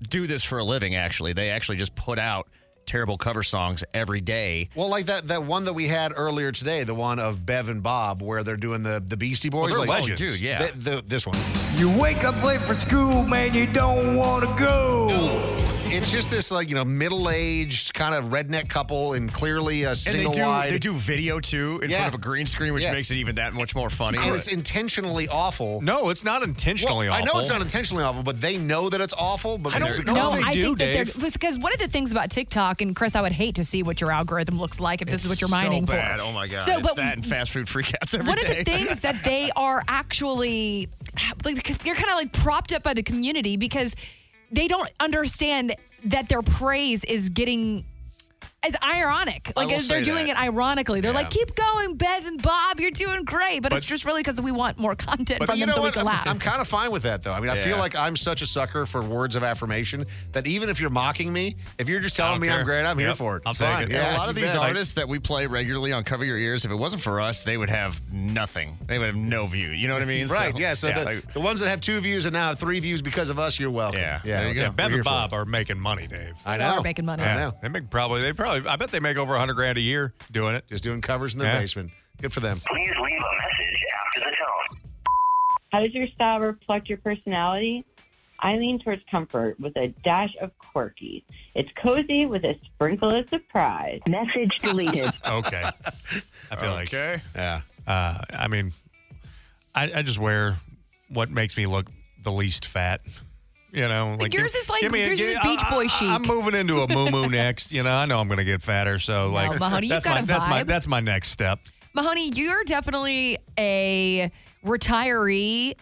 do this for a living, actually. They actually just put out terrible cover songs every day. Well, like that that one that we had earlier today, the one of Bev and Bob, where they're doing the the Beastie Boys. they're like, oh, legends. Dude, yeah. Th- th- this one. You wake up late for school, man. You don't want to go. It's just this like you know middle aged kind of redneck couple and clearly a And they single do wide. they do video too in Yeah. front of a green screen, which Yeah. makes it even that much more funny. and it's intentionally awful. No, it's not intentionally Well, I know awful. it's not intentionally awful, but they know that it's awful. But I it's don't because- know. No, they I do, think that Dave. they're because one of the things about TikTok and Chris, I would hate to see what your algorithm looks like if this is what you're mining so bad. for. Oh my god! So, it's but that and fast food freakouts every day. one of the things that they are actually like they're kind of like propped up by the community because they don't understand that their praise is getting it's ironic. I Like will as they're say doing that. it ironically. They're Yeah. like, keep going, Bev and Bob, you're doing great. But, it's just really because we want more content from them so we can I'm, laugh. I'm kind of fine with that, though. I mean, I feel Yeah. like I'm such a sucker for words of affirmation that even if you're mocking me, if you're just telling me I'm great, I'm here for it. I'll It's take fine. it. Yeah, a lot of you these bet. Like, artists that we play regularly on Cover Your Ears, if it wasn't for us, they would have nothing. They would have no view. You know what I mean? Right, yeah. So the, like- the ones that have two views and now have three views because of us, you're welcome. Yeah, Yeah, yeah, We're Bev here and for Bob are making money, Dave. I They know. are making money. I Yeah. know. They make probably they probably I bet they make over hundred grand a year doing it. Just doing covers in their Yeah. basement. Good for them. Please leave a message after the tone. How does your style reflect your personality? I lean towards comfort with a dash of quirky. It's cozy with a sprinkle of surprise. Message deleted. Okay. I feel like okay. Yeah. Uh, I mean, I, I just wear what makes me look the least fat. You know, like yours is like- yours is Beach Boy I, chic. I'm moving into a moo moo next. You know, I know I'm going to get fatter, so like Mahoney, you've that's got my a that's my vibe. that's my next step. Mahoney, you're definitely a retiree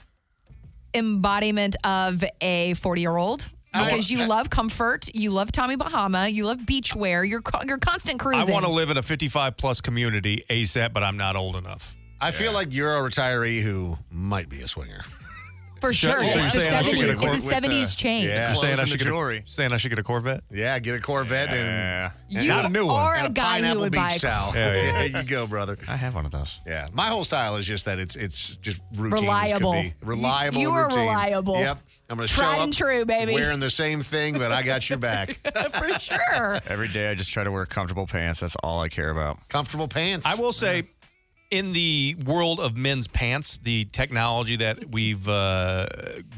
embodiment of a 40 year old because you love comfort, you love Tommy Bahama, you love beachwear, you're co- you're constant cruising. I want to live in a 55 plus community ASAP, but I'm not old enough. I feel like you're a retiree who might be a swinger. for sure. So you're it's the saying I should get a 70s, Corvette it's a with, uh, 70s chain. You're saying I should get jewelry. a saying I should get a Corvette. Yeah, get a Corvette and, and You not a new one. are and a guy who pineapple would beach buy a towel. Corvette. Yeah, yeah. there you go, brother. I have one of those. Yeah, my whole style is just that it's it's just routine. Reliable. As could be. Reliable. You and are routine. reliable. Yep. I'm gonna show Tried up and true, baby. Wearing the same thing, but I got your back. for sure. Every day, I just try to wear comfortable pants. That's all I care about. Comfortable pants. I will say, in the world of men's pants, the technology that we've uh,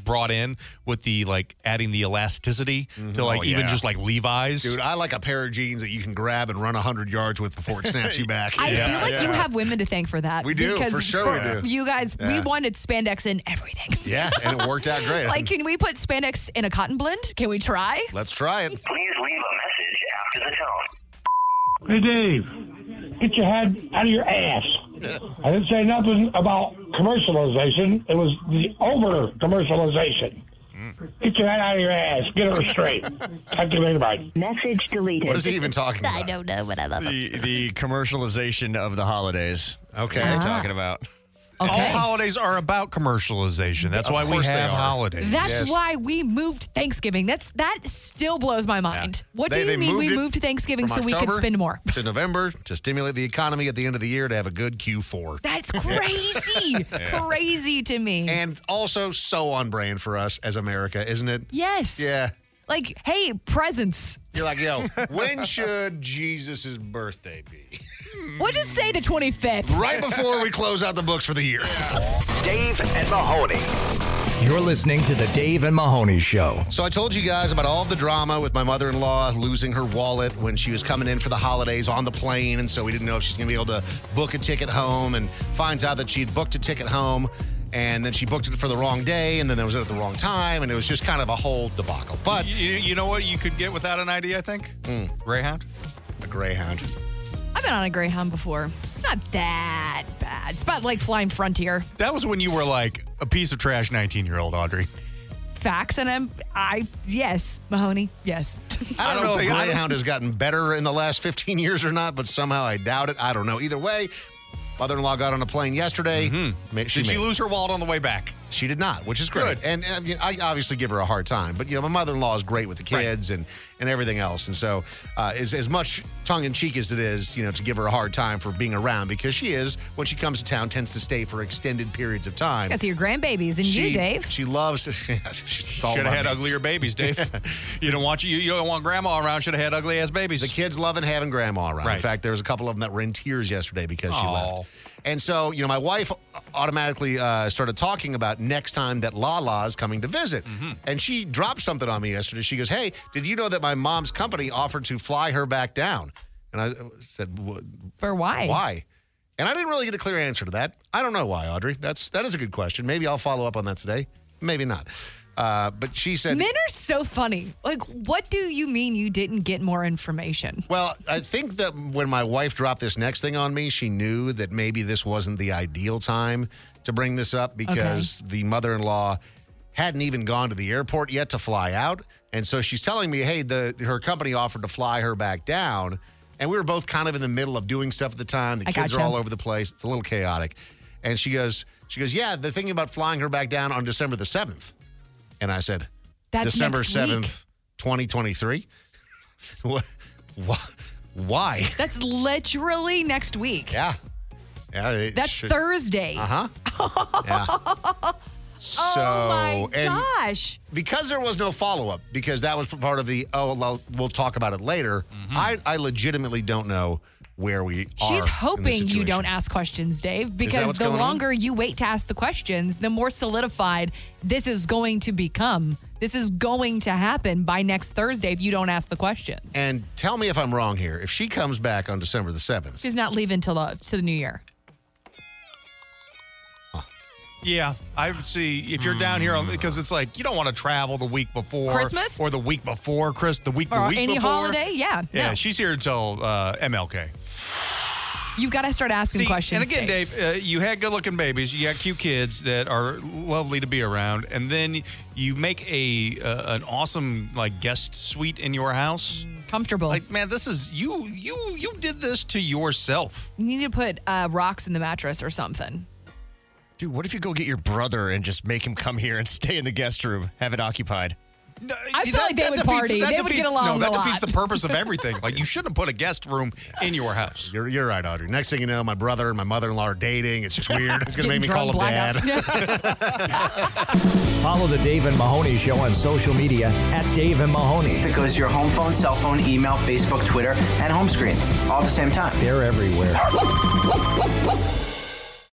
brought in with the like adding the elasticity to like Oh, even yeah. just like Levi's, Mm-hmm. Dude, I like a pair of jeans that you can grab and run 100 yards with before it snaps you back. I feel like you have women to thank for that. We do, because for sure we for- do. You guys, we Yeah. wanted spandex in everything. Yeah, and it worked out great. like, can we put spandex in a cotton blend? Can we try? Let's try it. Please leave a message after the tone. Hey Dave, get your head out of your ass. I didn't say nothing about commercialization. It was the over commercialization. Get your head out of your ass. Get her straight. Talk to you later, bye. Message deleted. What is he even talking about? I don't know what I love. The the commercialization of the holidays. Okay, What are you talking about? All Ah, Okay. holidays are about commercialization. That's Of why we course they have are. holidays. That's why we moved Thanksgiving. That's that still blows my mind. What They- do they you mean we it moved Thanksgiving so from we could October spend more? To November to stimulate the economy at the end of the year to have a good Q4. That's crazy. Yeah. Crazy to me. And also so on brand for us as America, isn't it? yes. Yeah. Like, hey, presents. You're like, yo, when should Jesus' birthday be? We'll just say the 25th. Right before we close out the books for the year. Dave and Mahoney. You're listening to The Dave and Mahoney Show. So I told you guys about all the drama with my mother-in-law losing her wallet when she was coming in for the holidays on the plane, and so we didn't know if she's going to be able to book a ticket home. And finds out that she'd booked a ticket home, and then she booked it for the wrong day, and then it was at the wrong time, and it was just kind of a whole debacle. But You, you know what you could get without an ID, I think? Hmm. Greyhound? A Greyhound. I've been on a Greyhound before. It's not that bad. It's about like flying Frontier. That was when you were like a piece of trash 19 year old, Audrey. Facts, and I'm, I, yes, Mahoney, yes. I don't, know if think- I don't- Greyhound has gotten better in the last 15 years or not, but somehow I doubt it. I don't know. Either way, mother-in-law got on a plane yesterday. Ma- Mm-hmm. Did she made it. lose her wallet on the way back? She did not, which is great. And I, mean, I obviously give her a hard time, but you know, my mother-in-law is great with the kids and and everything else. And so, uh, as as much tongue in cheek as it is, you know, to give her a hard time for being around because she is when she comes to town tends to stay for extended periods of time. Because your grandbabies and she, you, Dave. She loves. Should Should have had uglier babies, Dave. you don't want you, you don't want grandma around. Should have had ugly ass babies. The kids loving having grandma around. Right. In fact, there was a couple of them that were in tears yesterday because she Aw. left. And so, you know, my wife automatically uh, started talking about next time that Lala is coming to visit. Mm-hmm. And she dropped something on me yesterday. She goes, "Hey, did you know that my mom's company offered to fly her back down?" And I said, "Wh- For why? "Why?" And I didn't really get a clear answer to that. I don't know why, Audrey. That's that is a good question. Maybe I'll follow up on that today. Maybe not. Uh, but she said, Men are so funny. Like, what do you mean you didn't get more information? Well, I think that when my wife dropped this next thing on me, she knew that maybe this wasn't the ideal time to bring this up because the mother in law hadn't even gone to the airport yet to fly out. And so she's telling me, hey, the her company offered to fly her back down. And we were both kind of in the middle of doing stuff at the time. The I kids are gotcha. all over the place. It's a little chaotic. And she goes, she goes, yeah, they're thinking about flying her back down on December the 7th. And I said, That's December next week. 7th, 2023? what? Wh- Why? That's literally next week. Yeah. Yeah, it That's should- Thursday. Uh-huh. yeah. So, oh my and gosh. because there was no follow up, because that was part of the, oh, well, we'll talk about it later, I, I legitimately don't know where we are. in She's this hoping you situation. don't ask questions, Dave, because what's the going on? longer you wait to ask the questions, the more solidified this is going to become. This is going to happen by next Thursday if you don't ask the questions. And tell me if I'm wrong here. If she comes back on December the 7th, She's not leaving till the, to the new year. Yeah, I would see if you're down here because it's like you don't want to travel the week before Christmas? or the week before Chris the week the Or week any before. holiday, yeah, Yeah, no. she's here until uh, MLK. You've got to start asking See, questions. and again, Dave, uh, you had good-looking babies, you got cute kids that are lovely to be around, and then you make a uh, an awesome like guest suite in your house. Comfortable. Like, man, this is you you you did this to yourself. You need to put uh, rocks in the mattress or something. Dude, what if you go get your brother and just make him come here and stay in the guest room, have it occupied? I feel like they would party. They that would get along No, that a defeats lot. the purpose of everything. Like you shouldn't put a guest room in your house. You're, you're right, Audrey. Next thing you know, my brother and my mother in law are dating. It's just weird. It's Getting going to make me drunk, call him blackout. dad. Follow The Dave and Mahoney Show on social media at Dave and Mahoney. Because your home phone, cell phone, email, Facebook, Twitter, and home screen all at the same time. They're everywhere.